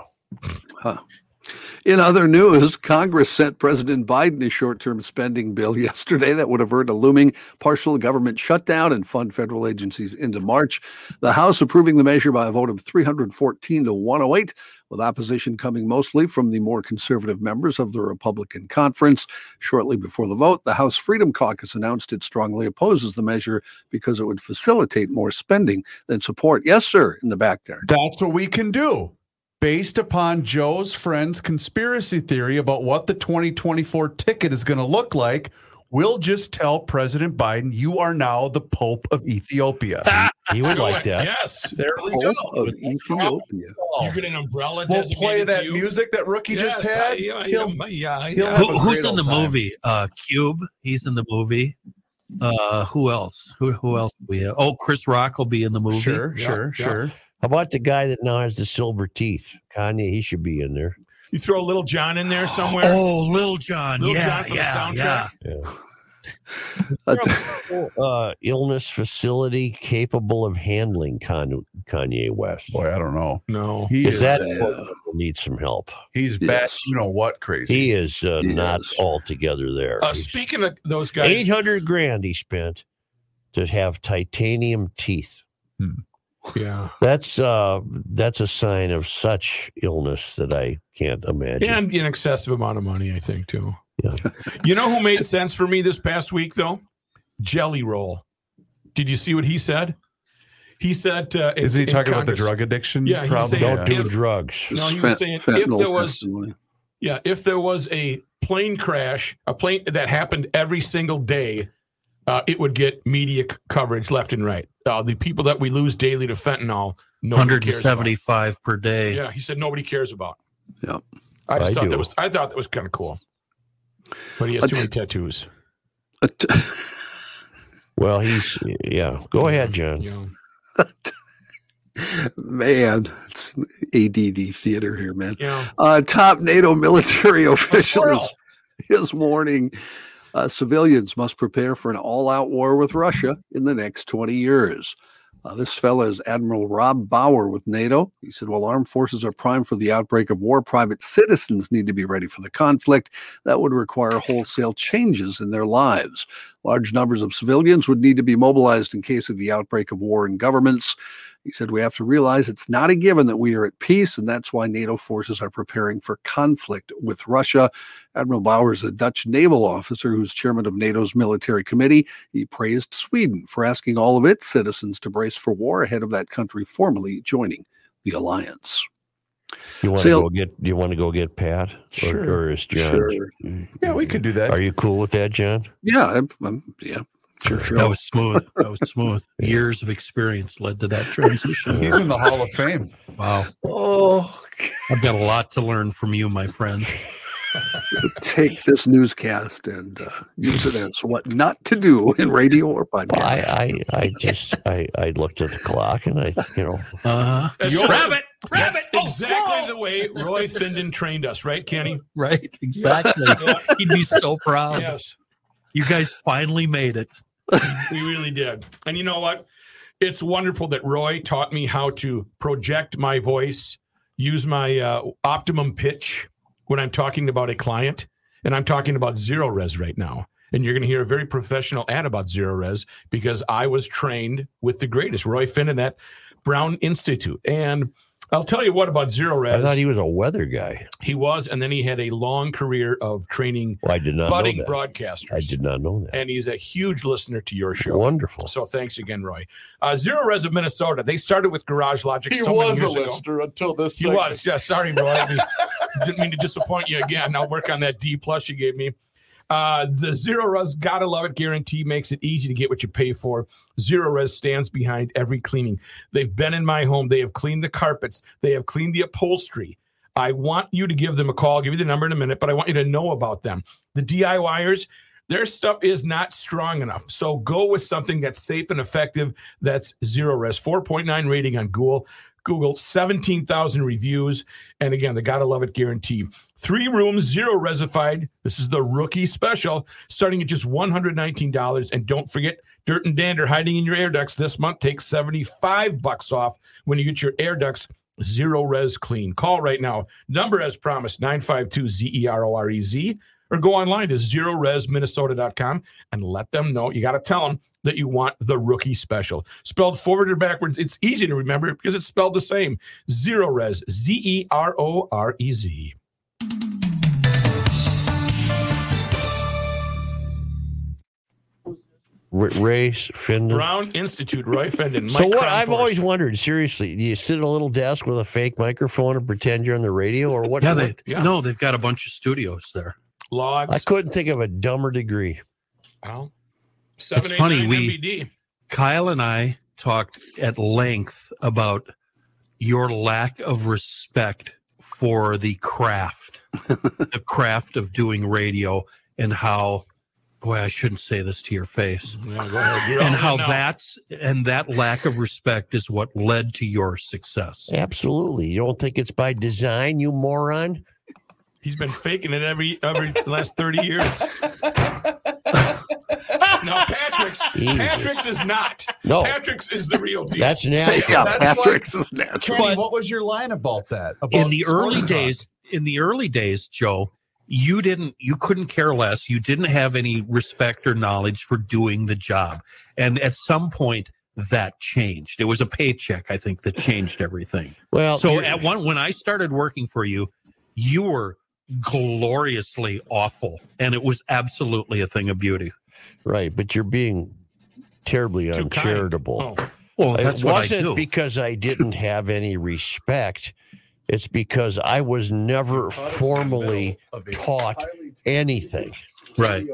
D: In other news, Congress sent President Biden a short term spending bill [LAUGHS] yesterday that would avert a looming partial government shutdown and fund federal agencies into March. The House approving the measure by a vote of 314 to 108, with opposition coming mostly from the more conservative members of the Republican conference. Shortly before the vote, the House Freedom Caucus announced it strongly opposes the measure because it would facilitate more spending than support. Yes, sir, in the back there.
B: That's what we can do. Based upon Joe's friend's conspiracy theory about what the 2024 ticket is going to look like, We'll just tell President Biden you are now the Pope of Ethiopia.
A: He
E: [LAUGHS]
A: would like that.
E: Yes.
B: there we
D: Pope
B: go.
D: of Ethiopia.
C: Oh.
E: You get an umbrella.
B: We'll
E: designated
B: play
E: to
B: that
E: you.
B: music that Rookie just
E: Yes,
B: had.
E: I- yeah,
B: He'll-
E: yeah, yeah, I-
B: he'll
E: yeah.
B: have
C: Who,
B: a
C: who's
B: great
C: in the
B: old time.
C: movie? Uh, Cube. He's in the movie. Uh, who else? Who who else do we have? Oh, Chris Rock will be in the movie.
B: [LAUGHS] Sure,
E: Yeah,
B: sure,
E: yeah.
B: sure.
A: How about the guy that now has the silver teeth? Kanye, he should be in there.
E: You throw Little John in there somewhere.
C: Oh, Lil John.
E: Lil
C: yeah,
E: Jon for the
C: yeah,
E: soundtrack?
C: yeah.
D: [LAUGHS] Uh,
A: Uh, illness facility capable of handling Con- Kanye West.
B: Boy, I don't know.
E: No.
B: He
A: Is
B: is,
A: that
D: yeah.
A: needs some help?
B: he's
D: Yes.
B: bat, you know what, crazy.
A: He is uh,
D: He
A: not
D: is.
A: altogether there.
E: Uh, speaking of those guys,
A: Eight hundred grand he spent to have titanium teeth.
E: yeah,
A: That's uh, that's a sign of such illness that I can't imagine.
E: and an excessive amount of money, I think too.
A: Yeah.
E: you know who made sense for me this past week though? Jelly Roll. Did you see what he said? He said, uh, in-
B: Isn't he
E: in
B: talking about the
E: Congress-
B: drug addiction?
E: Yeah, he's
B: problem?
E: saying-
A: Don't do
E: If-
A: drugs.
E: No,
D: just
E: he was
D: fent-
E: saying if there
D: fentanyl
E: was-
D: testimony. [LAUGHS]
E: Yeah, if there was a plane crash, a plane that happened every single day, uh, it would get media c- coverage left and right. Uh, the people that we lose daily to fentanyl, nobody cares about.
C: 175 per day.
E: Yeah, he said nobody cares about.
D: Yep.
E: I just
A: I
E: thought
A: do.
E: that was I thought that was kind of cool. But he has too many tattoos.
D: A t- [LAUGHS]
A: Well, he's yeah. Go ahead, John.
E: Yeah.
D: man, it's ADD theater here, man.
E: Yeah.
D: Uh, top NATO military [LAUGHS] official
E: squirrel.
D: is, is warning uh, civilians must prepare for an all out war with Russia in the next 20 years. Uh, this fellow is Admiral Rob Bauer with NATO. He said, While armed forces are primed for the outbreak of war, private citizens need to be ready for the conflict. That would require wholesale changes in their lives. Large numbers of civilians would need to be mobilized in case of the outbreak of war in governments. He said, We have to realize it's not a given that we are at peace, and that's why NATO forces are preparing for conflict with Russia. Admiral Bauer is a Dutch naval officer who's chairman of NATO's military committee. He praised Sweden for asking all of its citizens to brace for war ahead of that country formally joining the alliance.
A: You want to
D: Sale-
A: go get? You want to go get Pat? Or,
E: Sure.
A: or is John?
B: yeah, we could do that.
A: Are you cool with that, John?
D: Yeah, I'm, I'm- yeah, sure, sure.
C: That was smooth. That
E: [LAUGHS]
C: was smooth. Years of experience led to that transition.
B: He's in the Hall of Fame.
C: Wow.
D: oh,
C: I've got a lot to learn from you, my friend.
D: take this newscast and uh, use it as what not to do in radio or
A: Well, I,
D: podcast.
A: I, I just, I, I looked at the clock and I, you know,
E: [LAUGHS]
C: Uh,
E: That's
C: You're-
E: just-
C: rabbit, rabbit,
E: That's
C: oh,
E: exactly
C: whoa!
E: the way Roy Finden trained us, right, Kenny?
C: right, exactly. He'd be so proud.
E: Yes,
C: You guys finally made it.
E: we really did. And you know what? It's wonderful that Roy taught me how to project my voice, use my uh, optimum pitch when I'm talking about a client. And I'm talking about zero res right now. And you're going to hear a very professional ad about zero res because I was trained with the greatest, Roy Finden at Brown Institute. And I'll tell you what about zero
A: I
E: res.
A: thought he was a weather guy.
E: He was, and then he had a long career of training
A: Well, I did not
E: budding
A: know that.
E: broadcasters.
A: I did not know that.
E: And he's a huge listener to your show.
A: Wonderful.
E: So thanks again, Roy. Uh, Zero Res of Minnesota. They started with Garage Logic. so many years ago.
B: until this.
E: He was. Yeah, sorry, Roy.
B: [LAUGHS]
E: I didn't mean to disappoint you again. I'll work on that D plus you gave me. Uh, the Zero Res Gotta Love It guarantee makes it easy to get what you pay for. Zero Res stands behind every cleaning. They've been in my home. They have cleaned the carpets. They have cleaned the upholstery. I want you to give them a call. I'll give you the number in a minute, but I want you to know about them. The DIYers, their stuff is not strong enough. So go with something that's safe and effective. That's Zero Res. 4.9 rating on Google. Google 17,000 reviews. And again, the Gotta Love It guarantee. Three rooms, zero resified. This is the rookie special, starting at just $119. And don't forget, dirt and dander hiding in your air ducts this month takes 75 bucks off when you get your air ducts zero res clean. Call right now. Number as promised, 952 Z E R O R E Z. Or go online to zeroresminnesota.com and let them know. You got to tell them that you want the rookie special. Spelled forward or backwards, it's easy to remember because it's spelled the same. Zero res, Z E R O R E Z.
A: R- Ray Findon.
E: Brown Institute, Roy Fenden.
A: Mm. [LAUGHS] So
E: Mike
A: what? I've
E: Kronforce.
A: always wondered. Seriously, do you sit at a little desk with a fake microphone and pretend you're on the radio, or what?
C: Yeah, they
E: Yeah.
C: no, they've got a bunch of studios there.
A: I
E: Logs.
A: couldn't think of a dumber degree.
E: Well, seven, eight,
C: funny,
E: nine
C: we-
E: MBD.
C: Kyle and I talked at length about your lack of respect for the craft, the craft of doing radio, and how, boy, I shouldn't say this to your face,
E: Yeah, go ahead. You're
C: and
E: on
C: how
E: now.
C: that's and that lack of respect is what led to your success.
A: Absolutely. You don't think it's by design, you moron?
E: he's been faking it every every last thirty
A: [LAUGHS]
E: years. no, Patrick's
A: Jesus. Oh.
E: Patrick's is not.
A: No,
E: Patrick's is the real deal.
A: that's
C: [LAUGHS]
A: natural.
D: [LAUGHS] yeah,
B: That's why-
D: Patrick's is natural.
B: Kenny,
C: But-
B: what was your line about that? About
C: in the
B: sports
C: early
B: talk?
C: days in the early days joe you didn't you couldn't care less you didn't have any respect or knowledge for doing the job and at some point that changed it was a paycheck i think that changed everything
A: Well,
C: so
A: you-
C: at one when i started working for you you were gloriously awful and it was absolutely a thing of beauty
A: right, but you're being terribly
E: Too kind.
A: uncharitable.
E: Oh,
C: well
A: it
C: that's what i
A: wasn't
C: do
A: because I didn't have any respect. It's because I was never formally taught anything.
C: right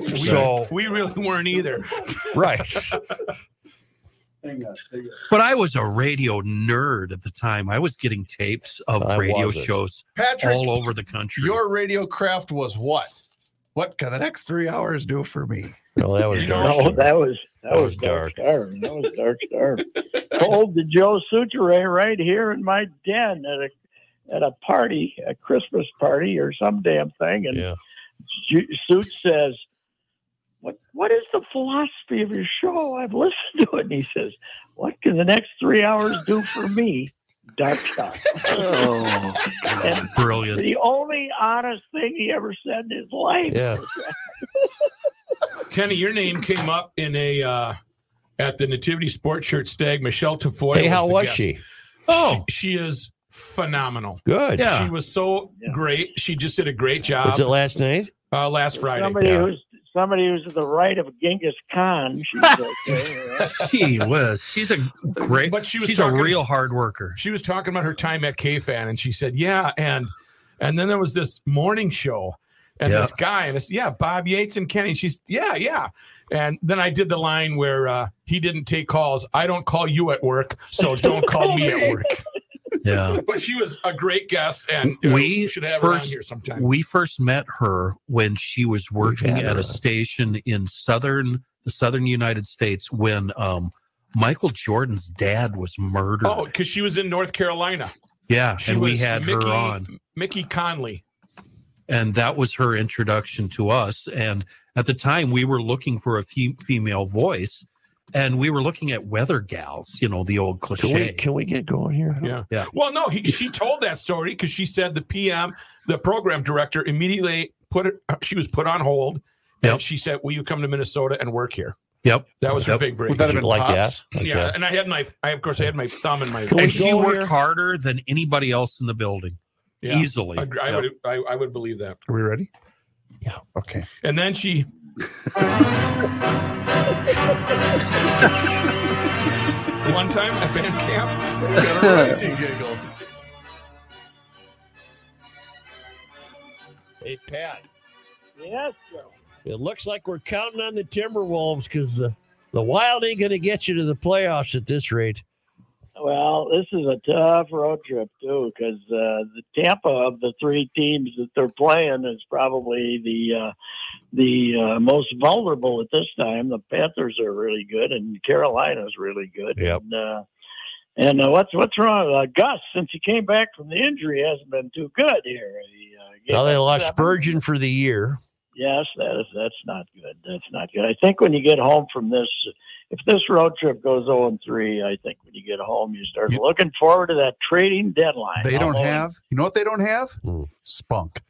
E: we,
A: So-
E: we really weren't either.
A: Right.
C: but i was a radio nerd at the time i was getting tapes of
A: I
C: radio
A: wasn't.
C: shows
B: Patrick,
C: all over the country
B: your radio craft was what? What can the next three hours do for me?
A: Well, that was
E: You
A: dark.
I: No,
A: Stewart.
I: that was that,
A: That
I: was,
A: was
I: dark. Star. That was dark star. Told the Joe Suture right here in my den at a at a party, a Christmas party or some damn thing, and
A: yeah.
I: Ju- Suit says, "What what is the philosophy of your show? I've listened to it." And he says, "What can the next three hours do for me?" Dark star.
D: Oh,
I: And
C: brilliant
I: the only honest thing he ever said in his life.
A: Yeah.
E: Kenny, your name came up in a uh, at the Nativity Sports Shirt Stag. Michelle Tafoya.
A: Hey, how
E: the
A: was
E: guest.
A: she?
E: Oh, she, she is phenomenal.
A: Good.
C: Yeah.
E: She was so
I: Yeah.
E: great. She just did a great
A: Was
E: job
A: it last night?
E: uh, last Friday.
I: Somebody
A: Yeah.
I: who's somebody who's to the right of Genghis Khan. She's okay.
C: [LAUGHS] she was. She's a great.
E: But she was
C: she's
E: talking-
C: a real hard worker.
E: she was talking about her time at KFan, and she said, "Yeah," and and then there was this morning show, and
C: Yeah.
E: this guy, and it's yeah, Bob Yates and Kenny. She's yeah, yeah, and then I did the line where uh, he didn't take calls. I don't call you at work, so don't call me at work. [LAUGHS]
C: Yeah.
E: But she was a great guest, and uh,
C: We
E: should have her on
C: first-
E: here sometime.
C: We first met her when she was working
A: had
C: at
A: her.
C: a station in southern the southern United States when um Michael Jordan's dad was murdered.
E: oh, because she was in North Carolina.
C: yeah,
E: She
C: and we
E: was
C: had
E: Mickey-
C: her on,
E: Mickey Conley.
C: and that was her introduction to us. And at the time, we were looking for a fe- female voice, and we were looking at weather gals. You know, the old
A: Can we,
C: cliche.
A: can we get going here?
E: Yeah.
C: Yeah.
E: Well, no, he, she told that story because she said the PM, the program director, immediately put it. uh, She was put on hold,
C: Yep.
E: and she said, "Will you come to Minnesota and work here?"
C: Yep.
E: That was
C: Yep.
E: her big break.
B: Would that have been
A: Like
B: Pops?
A: that? Like
E: yeah,
A: that?
E: and I had my, I of course I had my thumb in my.
A: Can we
C: and
E: And she-
C: she
A: go
C: worked
A: here?
C: harder than anybody else in the building,
E: yeah,
C: easily.
E: I, I
C: Yeah.
E: would, I, I would believe that.
B: Are we ready?
A: Yeah.
B: Okay.
E: And
B: [LAUGHS]
E: then she, one time at band camp,
B: Got a racing giggle.
A: Hey, Pat.
I: yes, Joe.
A: It looks like we're counting on the Timberwolves because the, the Wild ain't going to get you to the playoffs at this rate.
I: Well, this is a tough road trip too, because uh, the Tampa of the three teams that they're playing is probably the uh, the uh, most vulnerable at this time. The Panthers are really good, and Carolina's really good.
A: Yep.
I: And, uh, and uh, what's what's wrong, uh, Gus? Since he came back from the injury, hasn't been too good here. He, uh, gave
A: Now they
I: up
A: lost
I: seven.
A: Spurgeon for the year.
I: Yes, that is that's not good. That's not good. I think when you get home from this, if this road trip goes 0 and 3, I think when you get home, you start
B: You-
I: looking forward to that trading deadline.
B: They don't
I: Although-
B: have. You know what they don't have?
A: Hmm.
B: Spunk.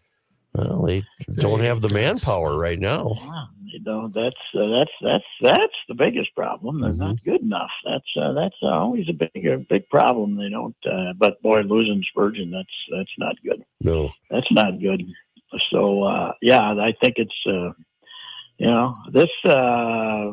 A: Well, they don't have the manpower right now.
I: Yeah, You know, that's uh, that's that's that's the biggest problem. They're not
B: Mm-hmm.
I: good enough. That's uh, that's always a big a big problem. They don't. Uh, but boy, losing Spurgeon, that's that's not good.
A: No.
I: that's not good. So uh, yeah, I think it's uh, you know this uh,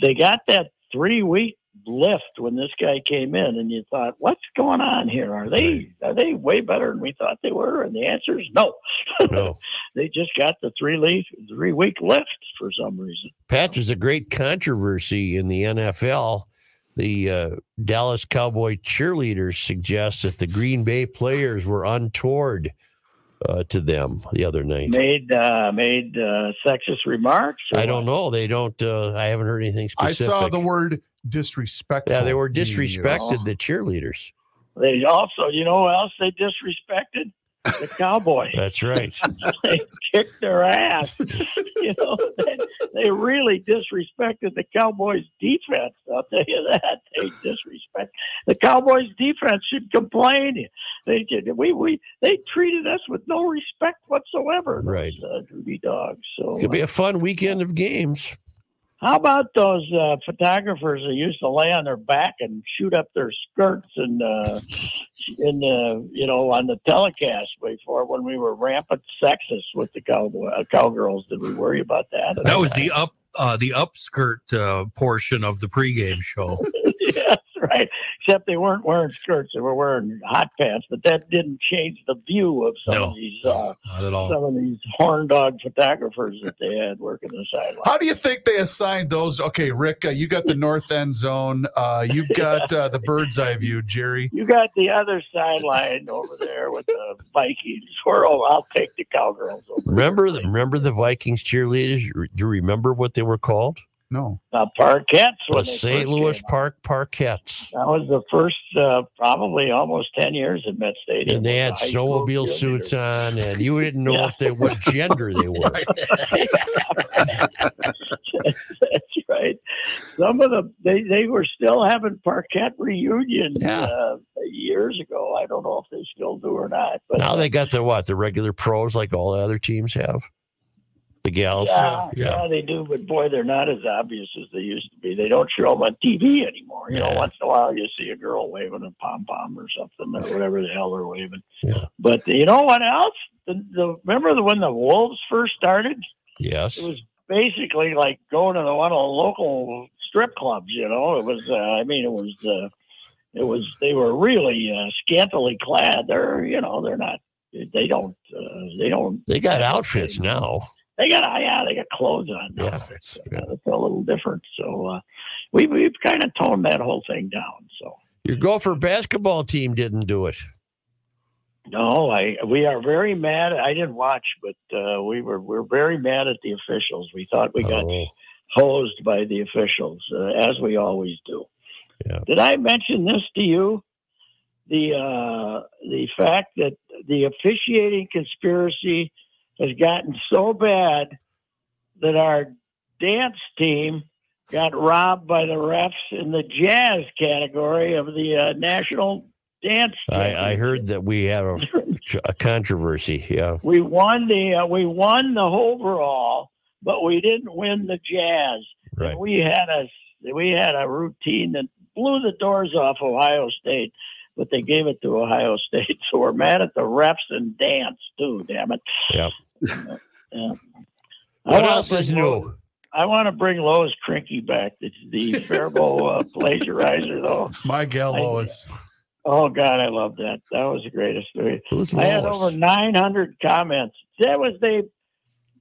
I: they got that three week lift when this guy came in, and you thought, "What's going on here? Are they are they way better than we thought they were?" And the answer is no. [LAUGHS]
A: No.
I: they just got the three leaf three week lift for some reason.
A: Pat, there's a great controversy in the NFL. The uh, Dallas Cowboy cheerleaders suggest that the Green Bay players were untoward uh, to them the other night.
I: Made uh, made uh, sexist remarks. or
A: I don't know. They don't. Uh, I haven't heard anything
B: I
A: specific.
B: saw the word disrespectful.
A: Yeah, they were
B: being used.
A: disrespected. The cheerleaders.
I: They also, you know, who else they disrespected the Cowboys.
A: That's
B: [LAUGHS]
A: right.
I: [LAUGHS] they kicked their ass. you know, they, they really disrespected the Cowboys' defense. I'll tell you that they disrespect the Cowboys' defense. Should complain. They did. We we they treated us with no respect whatsoever.
A: Right.
I: those, uh, Duty dogs. So
A: It's gonna be a fun weekend of games.
I: how about those uh, photographers that used to lay on their back and shoot up their skirts and uh, in the you know on the telecast before when we were rampant sexist with the cowboy, uh, cowgirls? Did we worry about that?
C: That was the up uh, the upskirt uh, portion of the pregame show.
I: [LAUGHS] yes, right. Except they weren't wearing skirts; they were wearing hot pants. But that didn't change the view of some
C: No. Oh.
I: of these uh,
C: Not at all.
I: some of these horn dog photographers that they had working the sideline.
B: How do you think they assigned those? Okay, Rick, uh, you got the north end zone. Uh, you've got uh, the bird's eye view, Jerry.
I: You got the other sideline over there with the Vikings. Or oh, I'll take the cowgirls over.
A: Remember the remember the Vikings cheerleaders? You re- Do you remember what they were called?
B: No,
I: the Parkettes.
A: The
I: Uh, When they
A: St.
I: first
A: Louis
I: came out.
A: Park Parkettes.
I: That was the first, uh, probably almost ten years at Met Stadium.
A: And they had
I: High school
A: snowmobile
I: cheerleaders.
A: suits on, and you didn't know
I: Yeah.
A: if they what gender they were.
I: [LAUGHS] That's right. Some of them they, they were still having parquet reunions
A: Yeah.
I: uh, years ago. I don't know if they still do or not, but
A: Now they got the what? The regular pros, like all the other teams have. The gals.
I: yeah,
C: Yeah.
I: yeah, they do. But boy, they're not as obvious as they used to be. They don't show them on TV anymore. You
A: Yeah.
I: know, once in a while you see a girl waving a pom pom or something or whatever the hell they're waving.
A: Yeah.
I: But you know what else? The, the remember the when the Wolves first started.
A: Yes.
I: It was basically like going to the one of the local strip clubs. You know, it was. Uh, I mean, it was. Uh, it was. They were really uh, scantily clad. They're. You know, they're not. They don't. Uh, they don't.
A: They got outfits now.
I: They got. Yeah, they got clothes on. now.
A: Outfits. Yeah.
I: It's a little different. So uh, we we've kind of toned that whole thing down. So.
A: Your Gopher basketball team didn't do it.
I: No, I we are very mad. I didn't watch, but uh, we were we're very mad at the officials. We thought we got
A: Oh.
I: hosed by the officials, uh, as we always do.
A: Yeah.
I: Did I mention this to you? The uh, the fact that the officiating conspiracy has gotten so bad that our dance team got robbed by the refs in the jazz category of the uh, national dance.
A: I, I heard that we had a,
I: Championship.
A: a controversy. Yeah.
I: We won the uh, we won the overall, but we didn't win the jazz.
A: Right.
I: We had a we had a routine that blew the doors off Ohio State, but they gave it to Ohio [LAUGHS] State. So we're mad at the refs and dance too. Damn it.
A: Yep.
I: [LAUGHS] Yeah. I
A: What
I: wanna
A: else is
I: bring Lois-
A: new?
I: I want to bring Lois Crinky back, the, the
A: [LAUGHS]
I: Faribault uh, plagiarizer, though.
B: my gal
I: I-
B: Lois.
I: Oh God, I love that. That was the greatest story.
A: Who's
I: I had
A: Lois?
I: over 900 comments. That was they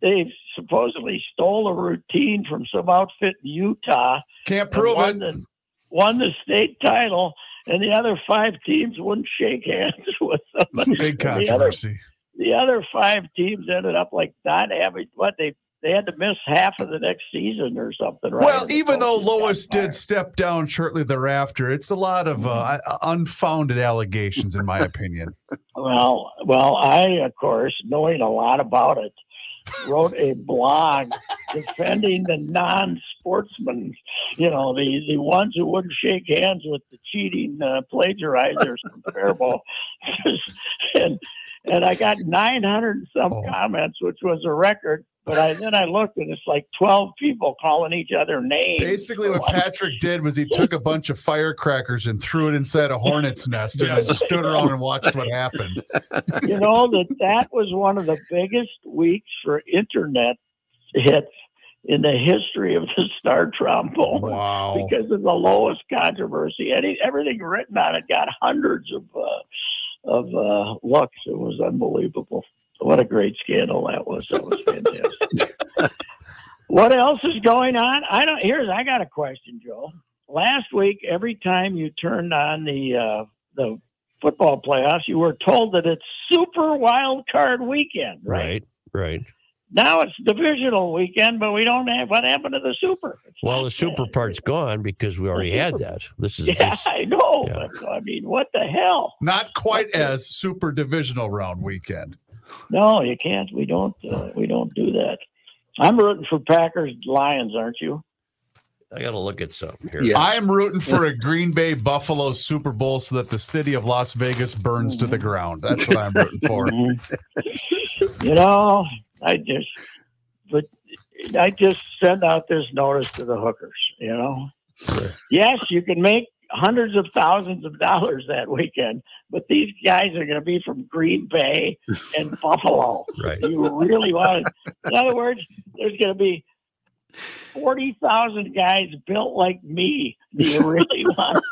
I: they supposedly stole a routine from some outfit in Utah.
B: Can't
I: and
B: prove
I: won
B: it.
I: the, won the state title, and the other five teams wouldn't shake hands [LAUGHS] with them.
B: Big
I: And the other,
B: controversy.
I: the other five teams ended up like not having what they they had to miss half of the next season or something. Right?
B: Well,
I: Or the
B: even though
I: coaches got
B: Lois did
I: fired.
B: step down shortly thereafter, it's a lot of
I: Mm-hmm.
B: uh, unfounded allegations,
I: [LAUGHS]
B: in my opinion.
I: Well, well, I of course, knowing a lot about it, wrote a
B: [LAUGHS]
I: blog defending the non-sportsmen. You know, the the ones who wouldn't shake hands with the cheating uh, plagiarizers from Faribault, [LAUGHS] and and I got 900 and some
B: Oh.
I: comments, which was a record. But I then I looked and it's like 12 people calling each other names.
B: Basically, what Patrick did was he took a bunch of firecrackers and threw it inside a hornet's nest and then
E: Yes.
B: stood around and watched
I: [LAUGHS]
B: what happened.
I: you know that that was one of the biggest weeks for internet hits in the history of the star trombone
E: Wow.
I: because of the lowest controversy. Any everything written on it got hundreds of uh, of uh, looks. It was unbelievable. What a great scandal that was. That was fantastic. [LAUGHS] what else is going on? I don't. Here's I got a question, Joe. Last week, every time you turned on the uh, the football playoffs, you were told that it's Super Wild Card Weekend, right?
A: Right. Right.
I: Now it's divisional weekend, but we don't have what happened to the super. It's
A: Well,
I: not
A: the super
I: bad.
A: part's gone because we already had
I: super-
A: that. This is
I: [LAUGHS] Yeah,
A: just
I: I know.
A: yeah.
I: But, I mean, what the hell?
B: Not quite as super divisional round weekend.
I: No, you can't. We don't. Uh, we don't do that. I'm rooting for Packers Lions, aren't you?
A: I gotta look at something here.
D: Yeah.
B: I am rooting for
I: [LAUGHS]
B: a Green Bay Buffalo Super Bowl so that the city of Las Vegas burns to the ground. That's what I'm rooting
I: [LAUGHS]
B: for.
I: you know, I just, but I just send out this notice to the hookers. You know, yes, you can make hundreds of thousands of dollars that weekend, but these guys are going to be from Green Bay and Buffalo.
A: Right.
I: You really want it. In other words, there's going to be. 40,000 guys built like me. Do you really want?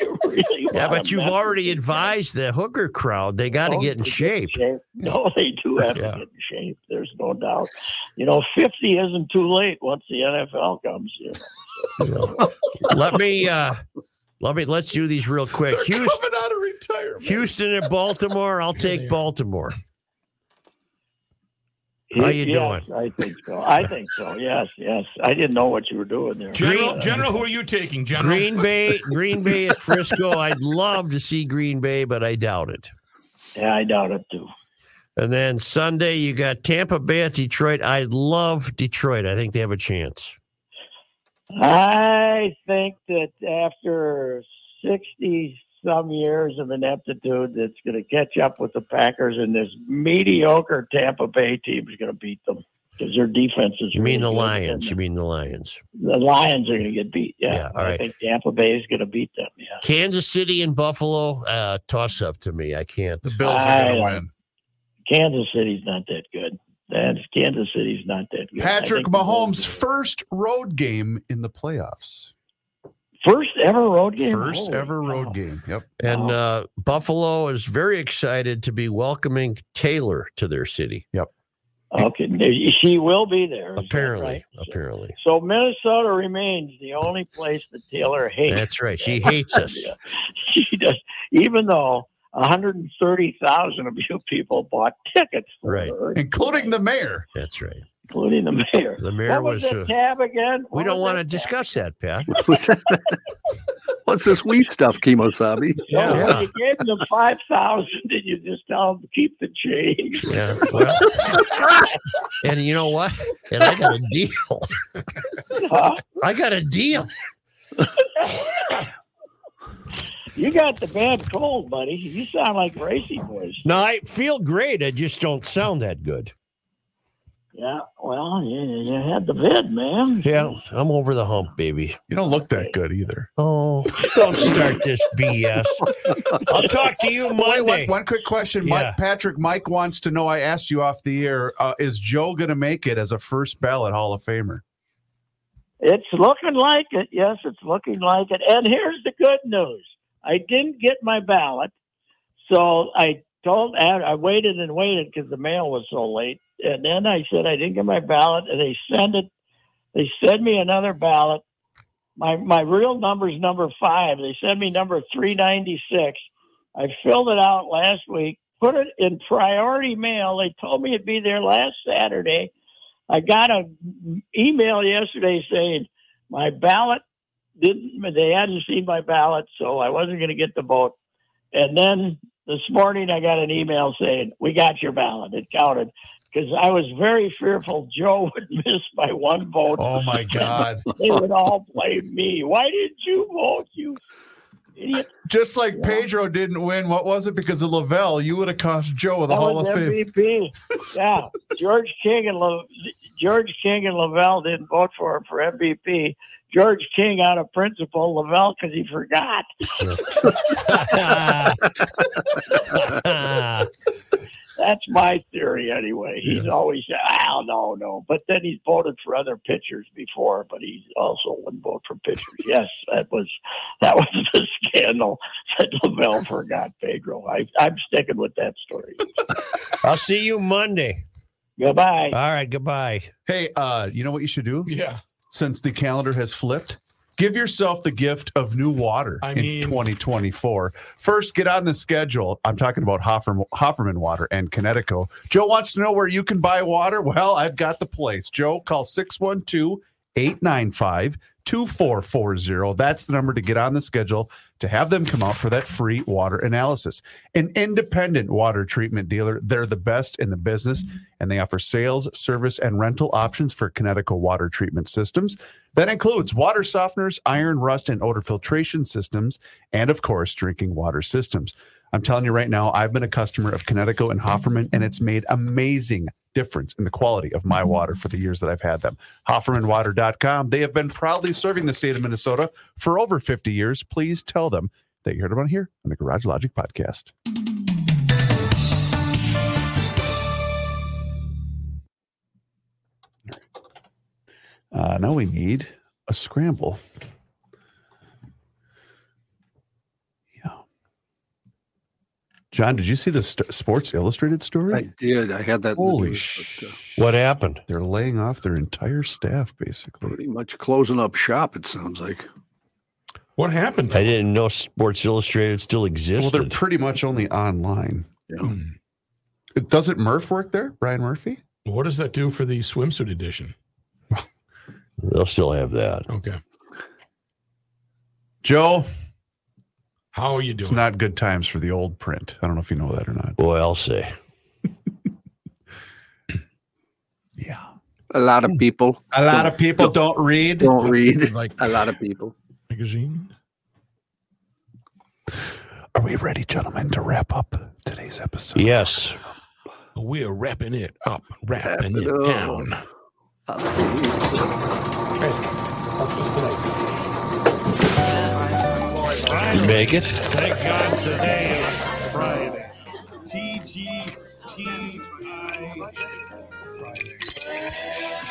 I: You really
A: Yeah,
I: wanna
A: but you've
I: mess with
A: already
I: these guys?
A: advised the hooker crowd they got to
I: Oh,
A: get in
I: they
A: shape.
I: [LAUGHS] No, they do have
A: Yeah.
I: to get in shape. There's no doubt. You know, 50 isn't too late once the NFL comes. You know.
A: let me uh let me let's do these real quick. Houston,
B: Coming out of retirement.
A: Houston and Baltimore. I'll
E: they
A: take
E: are.
A: Baltimore. How you
I: Yes, I think so. I think
A: [LAUGHS]
I: so. Yes, yes. I didn't know what you were doing there. Uh,
E: General,
A: Green-
E: General, who are you taking, General?
A: Green Bay, Green Bay at Frisco. I'd love to see Green Bay, but I doubt it.
I: Yeah, I doubt it too.
A: And then Sunday you got Tampa Bay at Detroit. I love Detroit. I think they have a chance.
I: I think that after 60 some years of ineptitude, it's going to catch up with the Packers, and this mediocre Tampa Bay team is going to beat them because their defense is.
A: You mean
I: really
A: the
I: good,
A: Lions? You
I: and
A: mean the Lions?
I: The Lions are going to get beat. Yeah,
A: Yeah, all
I: I
A: right.
I: think Tampa Bay is going to beat them. Yeah.
A: Kansas City and Buffalo, uh, toss up to me. I can't.
B: The Bills are going to
I: I-
B: win.
I: Kansas City's not that good. That's Kansas City's not that good. I
B: Patrick
I: think the Bills-
B: Mahomes' first road game in the playoffs.
I: first ever road game. Oh.
B: First
I: Holy
B: ever
I: cow.
B: road game. Yep.
A: And uh, Buffalo is very excited to be welcoming Taylor to their city.
I: Okay, there- she will be there. is that
A: Apparently,
I: right? So-
A: apparently, [LAUGHS]
I: So Minnesota remains the only place that Taylor hates.
A: that's right. [LAUGHS] She hates us.
I: Yeah. [LAUGHS] She does, even though 130,000 of you people bought tickets for
A: Right.
I: her,
B: including the mayor.
A: That's right.
I: including the mayor.
A: The mayor
I: what
A: was.
I: was, that
A: uh,
I: tab again?
A: we
I: What
A: don't
I: was
A: want to
I: that tab?
A: discuss that, [LAUGHS] Pat.
D: What's this wheat stuff, Kemosabe?
I: So
E: Yeah.
A: Oh, Yeah.
I: when you gave them the 5,000, did you just tell them keep the change? [LAUGHS]
A: Yeah. Well, and you know what? And I got a deal. [LAUGHS]
I: Huh?
A: I got a deal.
I: You got the bad cold, buddy. You sound like Racy Boys.
A: No, I feel great. I just don't sound that good.
I: Yeah, well, you, you had the vid, man.
A: Yeah, I'm over the hump, baby.
B: You don't look that good either.
A: Oh, [LAUGHS] don't start this BS. [LAUGHS] I'll talk to you
B: One,
A: Monday.
B: one quick question,
A: Yeah.
B: Mike, Patrick. Mike wants to know. I asked you off the air. Uh, is Joe going to make it as a first ballot Hall of Famer?
I: It's looking like it. Yes, it's looking like it. And here's the good news I didn't get my ballot. So I told, I I waited and waited because the mail was so late. And then I said, I didn't get my ballot. And they sent it, they sent me another ballot. My, my real number's number five. They sent me number 396. I filled it out last week, put it in priority mail. They told me it'd be there last Saturday. I got an email yesterday saying my ballot didn't, they hadn't seen my ballot, so I wasn't going to get the vote. And then this morning I got an email saying, We got your ballot. It counted. Because I was very fearful Joe [LAUGHS] would miss my one vote.
B: Oh my [LAUGHS] God!
I: They would all blame me. Why didn't you vote, you idiot?
B: Just like Pedro didn't win. What was it? Because of Lavelle, you would have cost Joe with a
I: That
B: Hall
I: was
B: of Fame.
I: MVP. Yeah, George King and La- George King and Lavelle didn't vote for him for MVP. George King out of principle, Lavelle because he forgot.
A: [LAUGHS]
I: That's my theory, anyway. He's always said, "Oh no, no," but then he's voted for other pitchers before, but he also wouldn't vote for
B: [LAUGHS]
I: pitchers. yes, that was that was the scandal that Lavelle forgot Pedro. I, I'm sticking with that story.
A: I'll see you Monday.
I: Goodbye.
A: All right, goodbye.
B: Hey, uh, you know what you should do?
E: Yeah.
B: Since the calendar has flipped, give yourself the gift of new water
E: I
B: in
E: mean-
B: 2024. First, get on the schedule. I'm talking about Hoffer, Hofferman Water and Connecticut. Joe wants to know where you can buy water. Well, I've got the place. Joe, call 612 895 2440. That's the number to get on the schedule to have them come out for that free water analysis. An independent water treatment dealer, they're the best in the business, and they offer sales, service, and rental options for Connecticut water treatment systems. That includes water softeners, iron rust, and odor filtration systems, and of course, drinking water systems. I'm telling you right now, I've been a customer of Connecticut and Hofferman, and it's made amazing difference in the quality of my water for the years that I've had them. HoffermanWater.com. They have been proudly serving the state of Minnesota for over 50 years. Please tell them that you heard about here on the Garage Logic Podcast. Uh, now we need a scramble. Yeah. John, did you see the St- Sports Illustrated story?
D: I did. I had that. in the
B: Holy
D: news,
B: sh!
D: but, uh,
A: What happened?
B: They're laying off their entire staff, basically.
D: Pretty much closing up shop. It sounds like.
E: What happened?
A: I didn't know Sports Illustrated still
B: Well,
A: existed.
B: they're pretty much only online.
D: Yeah.
B: It- Doesn't Murph work there? Brian Murphy?
E: What does that do for the swimsuit edition?
A: They'll still have that.
E: Okay.
B: Joe,
E: How are you
B: it's
E: doing?
B: not good times for the old print. I don't know if you know that or not.
A: Boy, I'll say.
B: Yeah.
D: A lot of
B: [LAUGHS]
D: people
B: A lot of people don't read.
D: don't read.
E: like
D: A lot of people.
E: magazine.
B: Are we ready, gentlemen, to wrap up today's episode?
A: Yes.
E: We're wrapping it up, wrapping
D: Wrap it
E: it
D: up.
E: down.
A: You make it?
J: Thank God today is Friday. TGTI Friday.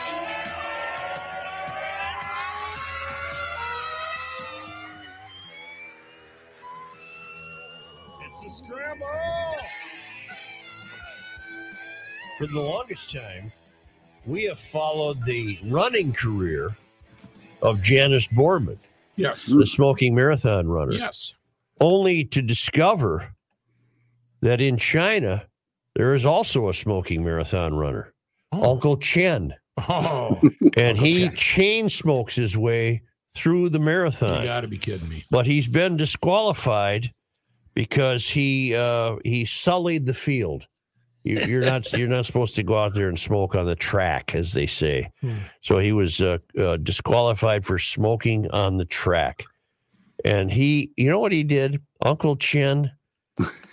J: It's the scramble.
A: For the longest time, we have followed the running career of Janice Borman,
E: Yes.
A: the smoking marathon runner,
E: Yes.
A: only to discover that in China, there is also a smoking marathon runner,
E: Oh.
A: Uncle Chen.
E: Oh,
A: And he
E: Chen.
A: chain smokes his way through the
E: [LAUGHS] you
A: marathon.
E: got to be kidding me.
A: but he's been disqualified because he uh, he sullied the field. You, you're not you're not supposed to go out there and smoke on the track, as they say.
E: Hmm.
A: So he was uh, uh, disqualified for smoking on the track, and he you know what he did, Uncle Chin.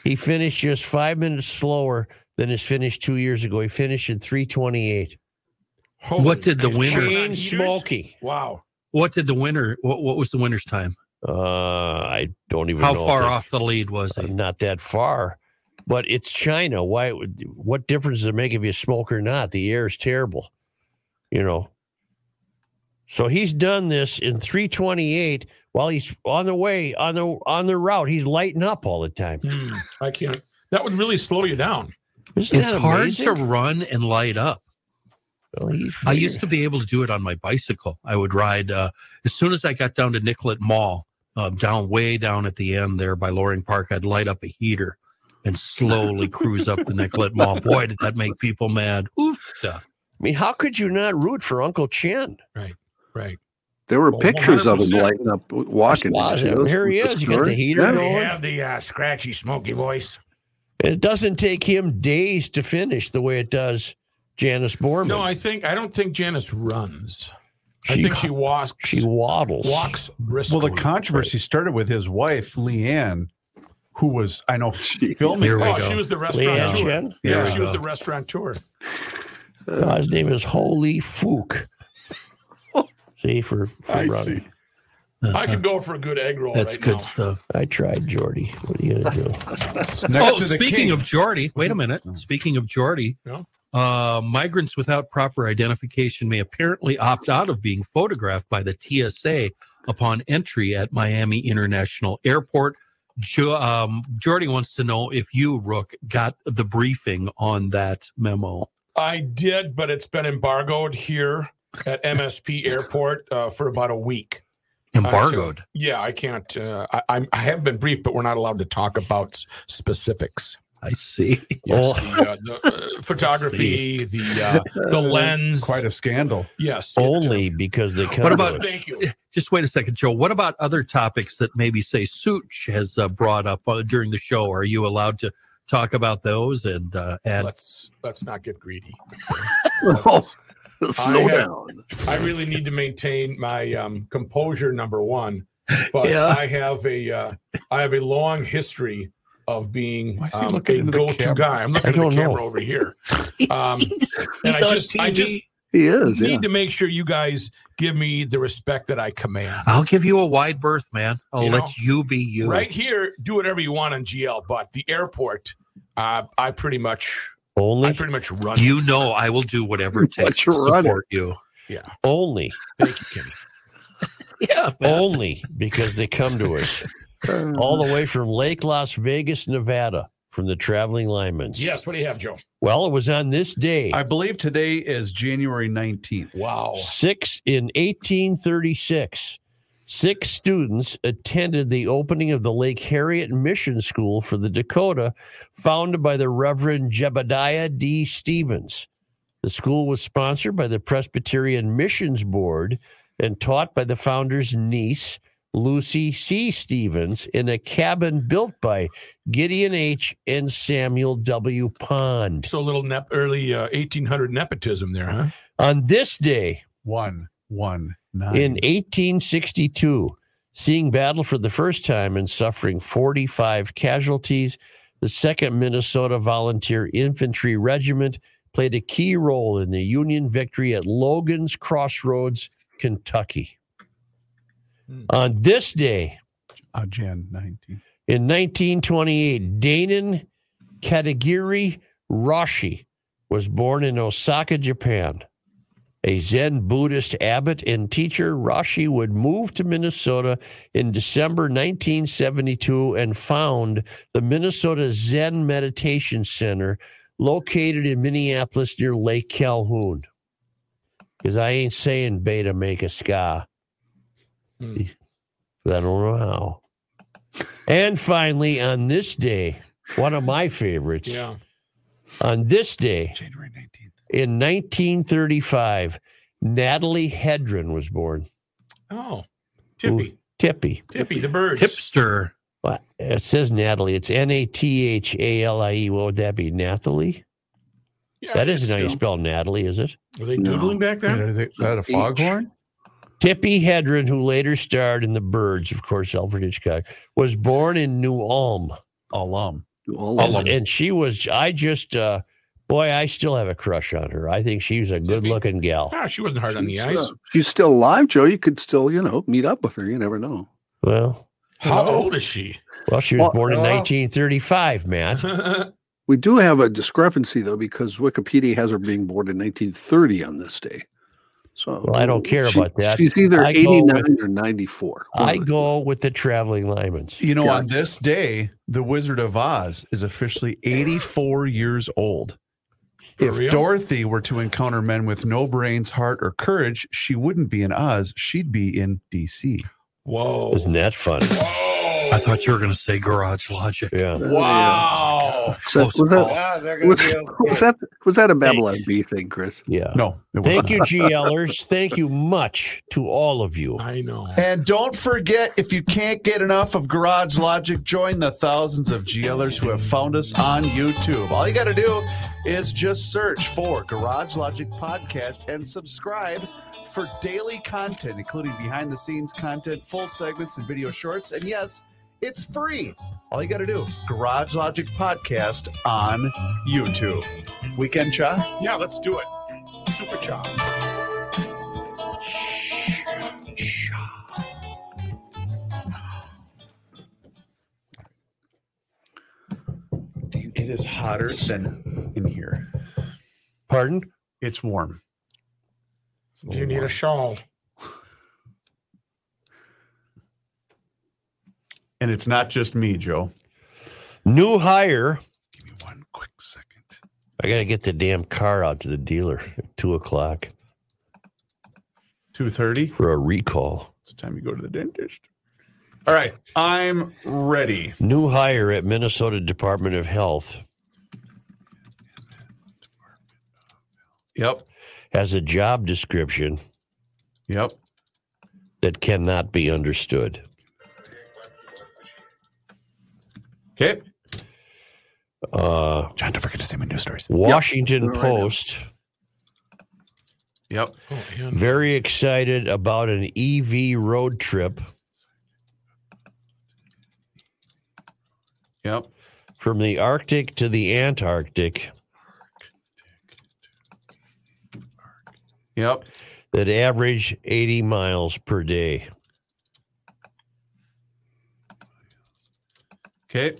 A: He finished just five minutes slower than his finish two years ago. He finished in three twenty eight.
E: Holy
C: What did the
E: shit.
C: winner-
A: Chain smoking.
E: Wow.
C: What did the winner? What, what was the winner's time?
A: Uh, I don't even
C: How
A: know if
C: far
A: I-
C: off the lead was
A: I'm
C: he?
A: not that far. But it's China. Why? it would- What difference does it make if you smoke or not? The air is terrible, you know. So he's done this in 328 while he's on the way on the on the route. He's lighting up all the time.
E: Hmm, I can't. That would really slow you down.
A: Isn't
C: It's
A: that
C: hard
A: amazing?
C: to run and light up.
A: Well, he's-
C: I used to be able to do it on my bicycle. I would ride uh, as soon as I got down to Nicollet Mall, um, down way down at the end there by Loring Park. I'd light up a heater and slowly cruise up the Nicollet Mall. Boy, did that make people mad! Oof!
A: I mean, how could you not root for Uncle Chen?
E: Right.
D: There were
E: Well,
D: pictures of him
E: 100%.
D: lighting up, w-
A: Just
D: walking. Did you see
A: love him.
D: those?
A: Here he
D: With
A: is. You got the
D: story?
A: heater
D: Yeah.
A: going. You have
E: the uh, scratchy, smoky voice.
A: And it doesn't take him days to finish the way it does Janice Borman.
E: No, I think I don't think Janice runs. I
A: She-
E: think she walks.
A: she waddles.
E: walks briskly.
B: Well, the controversy started with his wife, Leanne, who was, I know, filming.
C: There we
E: Oh,
B: this.
C: go.
E: she was the restaurant
A: Leanne
E: tour.
A: Chen.
E: Yeah,
B: There we
E: she was
A: go.
E: the restaurant tour.
D: [LAUGHS]
A: No, his name is Holy Fook. See for, for running.
E: I can go for a good egg roll
C: That's
E: right
C: good
E: now.
C: stuff.
A: I tried, Jordy. What are you gonna do?
B: Next
C: oh,
B: to the
C: speaking
B: king.
C: of Geordie, wait a minute. Speaking of Geordie,
E: Yeah.
C: uh, migrants without proper identification may apparently opt out of being photographed by the TSA upon entry at Miami International Airport. Jo- um, Geordie wants to know if you, Rook, got the briefing on that memo.
E: I did, but it's been embargoed here at MSP Airport uh, for about a week.
C: Embargoed.
E: Yeah, I can't. Uh, I, I'm, I have been briefed, but we're not allowed to talk about s- specifics.
C: I see.
E: Yes, the, uh, the, uh, photography, the uh, the lens.
B: Quite a scandal.
E: yes. uh,
A: Only because they come.
C: What
A: to
C: about-
A: us.
E: Thank you.
C: Just wait a second, Joe. What about other topics that maybe, say, Such has uh, brought up uh, during the show? Are you allowed to talk about those and uh, add
E: Let's let's not get greedy.
D: Oh, Slow
E: I have-
D: down.
E: I really need to maintain my um, composure. Number one, but
C: Yeah.
E: I have a uh, I have a long history of being
B: Why is he
E: um,
B: looking
E: a
B: into the
E: go-to
B: camera?
E: guy. I'm
A: I
E: looking at the
A: don't know.
E: camera over here. Um, and I just I just
D: He is. Yeah.
E: need to make sure you guys give me the respect that I command.
C: I'll give you a wide berth, man. I'll
E: You
C: let
E: know,
C: you be you.
E: Right here, do whatever you want on GL, but the airport, uh, I pretty much I
A: Only,
E: pretty much run. it.
C: You know I will do whatever it takes
D: But
C: to
D: you're running.
C: support you.
A: only,
E: Thank you,
A: [LAUGHS]
E: Kenny.
C: Yeah,
A: only because they come to us
D: Uh,
A: all the way from Lake Las Vegas, Nevada, from the traveling linemen.
E: Yes, what do you have, Joe?
A: Well, it was on this day.
B: I believe today is January 19th.
E: Wow.
A: Six in 1836, six students attended the opening of the Lake Harriet Mission School for the Dakota, founded by the Reverend Jebediah D. Stevens. The school was sponsored by the Presbyterian Missions Board and taught by the founder's niece, Lucy C. Stevens, in a cabin built by Gideon H. and Samuel W. Pond.
E: So a little nep- early uh, 1800 nepotism there, huh?
A: On this day,
B: One, one, nine.
A: In 1862, seeing battle for the first time and suffering 45 casualties, the 2nd Minnesota Volunteer Infantry Regiment played a key role in the Union victory at Logan's Crossroads, Kentucky.
E: Hmm.
A: On this day,
B: uh, Jan 19th.
A: in 1928, Danon Katagiri Roshi was born in Osaka, Japan. A Zen Buddhist abbot and teacher, Roshi would move to Minnesota in December 1972 and found the Minnesota Zen Meditation Center located in Minneapolis near Lake Calhoun. Because I ain't saying beta make a ska.
E: Hmm.
A: But I don't know how. And finally, on this day, one of my favorites,
E: Yeah.
A: on this day
B: January 19th.
A: in 1935, Natalie Hedren was born.
E: Oh, Tippy.
A: Tippy.
E: Tippy, the birds.
C: tipster.
A: What? It says Natalie. It's N A T H A L I E. What would that be? Nathalie?
E: Yeah,
A: That isn't
E: it's
A: how you
E: still-
A: spell Natalie, is it?
E: Were they
D: No.
E: doodling back
B: Is
E: there?
B: that- is that a
D: H.
B: foghorn?
A: Tippy Hedren, who later starred in The Birds, of course, Alfred Hitchcock, was born in New Ulm.
B: Alum.
D: all of
A: And,
D: them.
A: and she was, I just, uh, boy, I still have a crush on her. I think she's a good looking gal.
E: Ah, she wasn't hard on the
D: She's,
E: eyes.
D: uh, she's still alive, Joe. You could still, you know, meet up with her. You never know.
A: Well,
E: How old is she?
A: Well, she was
D: Well,
A: born in
D: uh,
A: 1935, Matt.
D: We do have a discrepancy though, because Wikipedia has her being born in 1930 on this day. So
A: Well, I don't care
D: she-
A: about that.
D: She's either
A: I go
D: 89
A: with-
D: or 94. One
A: I
D: of the-
A: go with the traveling lineman's.
B: You know, on this day, the Wizard of Oz is officially 84 years old.
E: For
B: if
E: real?
B: Dorothy were to encounter men with no brains, heart, or courage, she wouldn't be in Oz. She'd be in D.C.
E: Whoa.
A: Isn't that fun?
E: Whoa.
C: I thought you were going to say Garage Logic.
A: Yeah.
E: Wow.
D: Uh, So
C: Close
D: was, that,
J: Ah, they're
D: was,
J: be
D: was that was that a Babylon B thing, Chris?
A: [LAUGHS] Yeah.
B: No, it was
A: Thank
B: not.
A: you, GLers. Thank you much to all of you.
E: I know.
B: And don't forget, if you can't get enough of Garage Logic, join the thousands of GLers who have found us on YouTube. All you got to do is just search for Garage Logic Podcast and subscribe for daily content, including behind the scenes content, full segments, and video shorts. And yes, it's free. All you got to do, Garage Logic Podcast on YouTube. Weekend Cha.
E: Yeah, let's do it. Super chop.
B: It is hotter than in here.
A: Pardon?
B: It's warm.
E: Do you need a shawl?
B: And it's not just me, Joe.
A: New hire.
B: Give me one quick second.
A: I gotta get the damn car out to the dealer at two o'clock
B: 2.30.
A: for a recall.
B: It's time you go to the dentist. All right. I'm ready.
A: New hire at Minnesota Department of Health
B: Yep.
A: has a job description
B: Yep.
A: that cannot be understood.
B: Okay.
A: Uh,
B: John, don't forget to send me news stories.
A: Washington
D: Right now.
A: Post.
B: Yep.
E: Oh, man.
A: Very excited about an EV road trip
B: Yep.
A: from the Arctic to the Antarctic
B: Yep.
A: that average 80 miles per day.
B: Okay.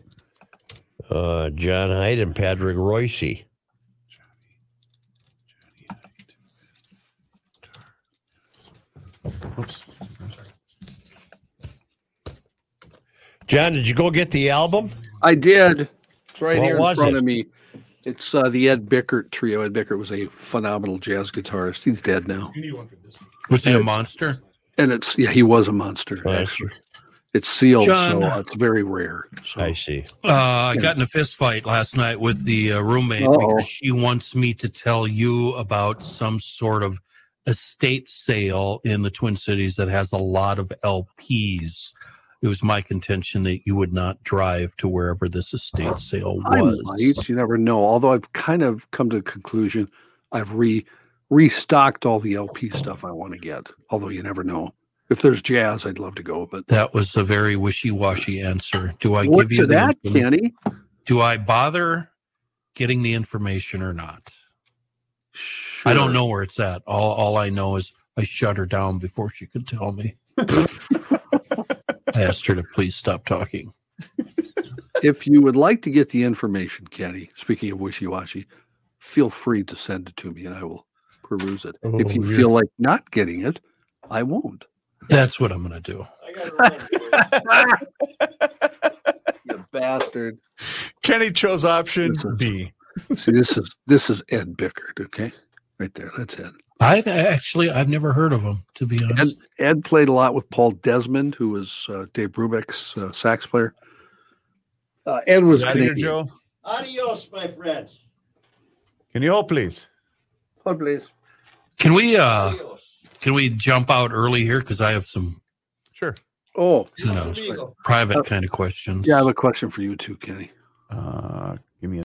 A: Uh, John Hyde and Patrick Royce.
B: Oops.
A: John, did you go get the album?
D: I did. It's right
A: What
D: here in
A: was
D: front
A: it?
D: of me. It's uh, the Ed Bickert trio. Ed Bickert was a phenomenal jazz guitarist. He's dead now.
E: You need one for this week.
C: Was he a monster?
D: And it's yeah, he was a monster.
A: Oh, I
D: actually. It's sealed,
C: John.
D: so uh, it's very rare. So
A: I see.
C: Uh, I got in a fist fight last night with the uh, roommate
D: Uh-oh.
C: because she wants me to tell you about some sort of estate sale in the Twin Cities that has a lot of LPs. It was my contention that you would not drive to wherever this estate sale
D: I
C: was.
D: might. You never know. Although I've kind of come to the conclusion, I've re restocked all the LP stuff I want to get. Although you never know. If there's jazz, I'd love to go. But
C: That was a very wishy-washy answer. Do I
D: what
C: give you
D: to
C: the
D: that,
C: inform-
D: Kenny?
C: Do I bother getting the information or not? I
D: Sure.
C: don't know where it's at. All all I know is I shut her down before she could tell
D: [LAUGHS]
C: me. I asked her to please stop talking.
D: If you would like to get the information, Kenny, speaking of wishy washy, feel free to send it to me and I will peruse it. if
C: Oh,
D: you feel like not getting it, I won't.
C: That's what I'm gonna do.
D: You bastard.
B: Kenny chose option
D: Yes, sir.
B: B.
D: See, this is this is Ed Bickard, okay? Right there. That's Ed.
C: I've actually I've never heard of him to be
D: Ed,
C: honest.
D: Ed played a lot with Paul Desmond, who was uh, Dave Brubeck's uh, sax player. Uh, Ed was
B: Is that here,
D: Canadian.
B: Joe?
A: Adios, my friends.
B: Can you hold, please?
D: Hold, please.
C: Can we uh can we jump out early here because I have some
B: Sure.
D: Oh, Uh,
C: you know private kind of questions.
D: yeah, I have a question for you too, Kenny.
B: Uh,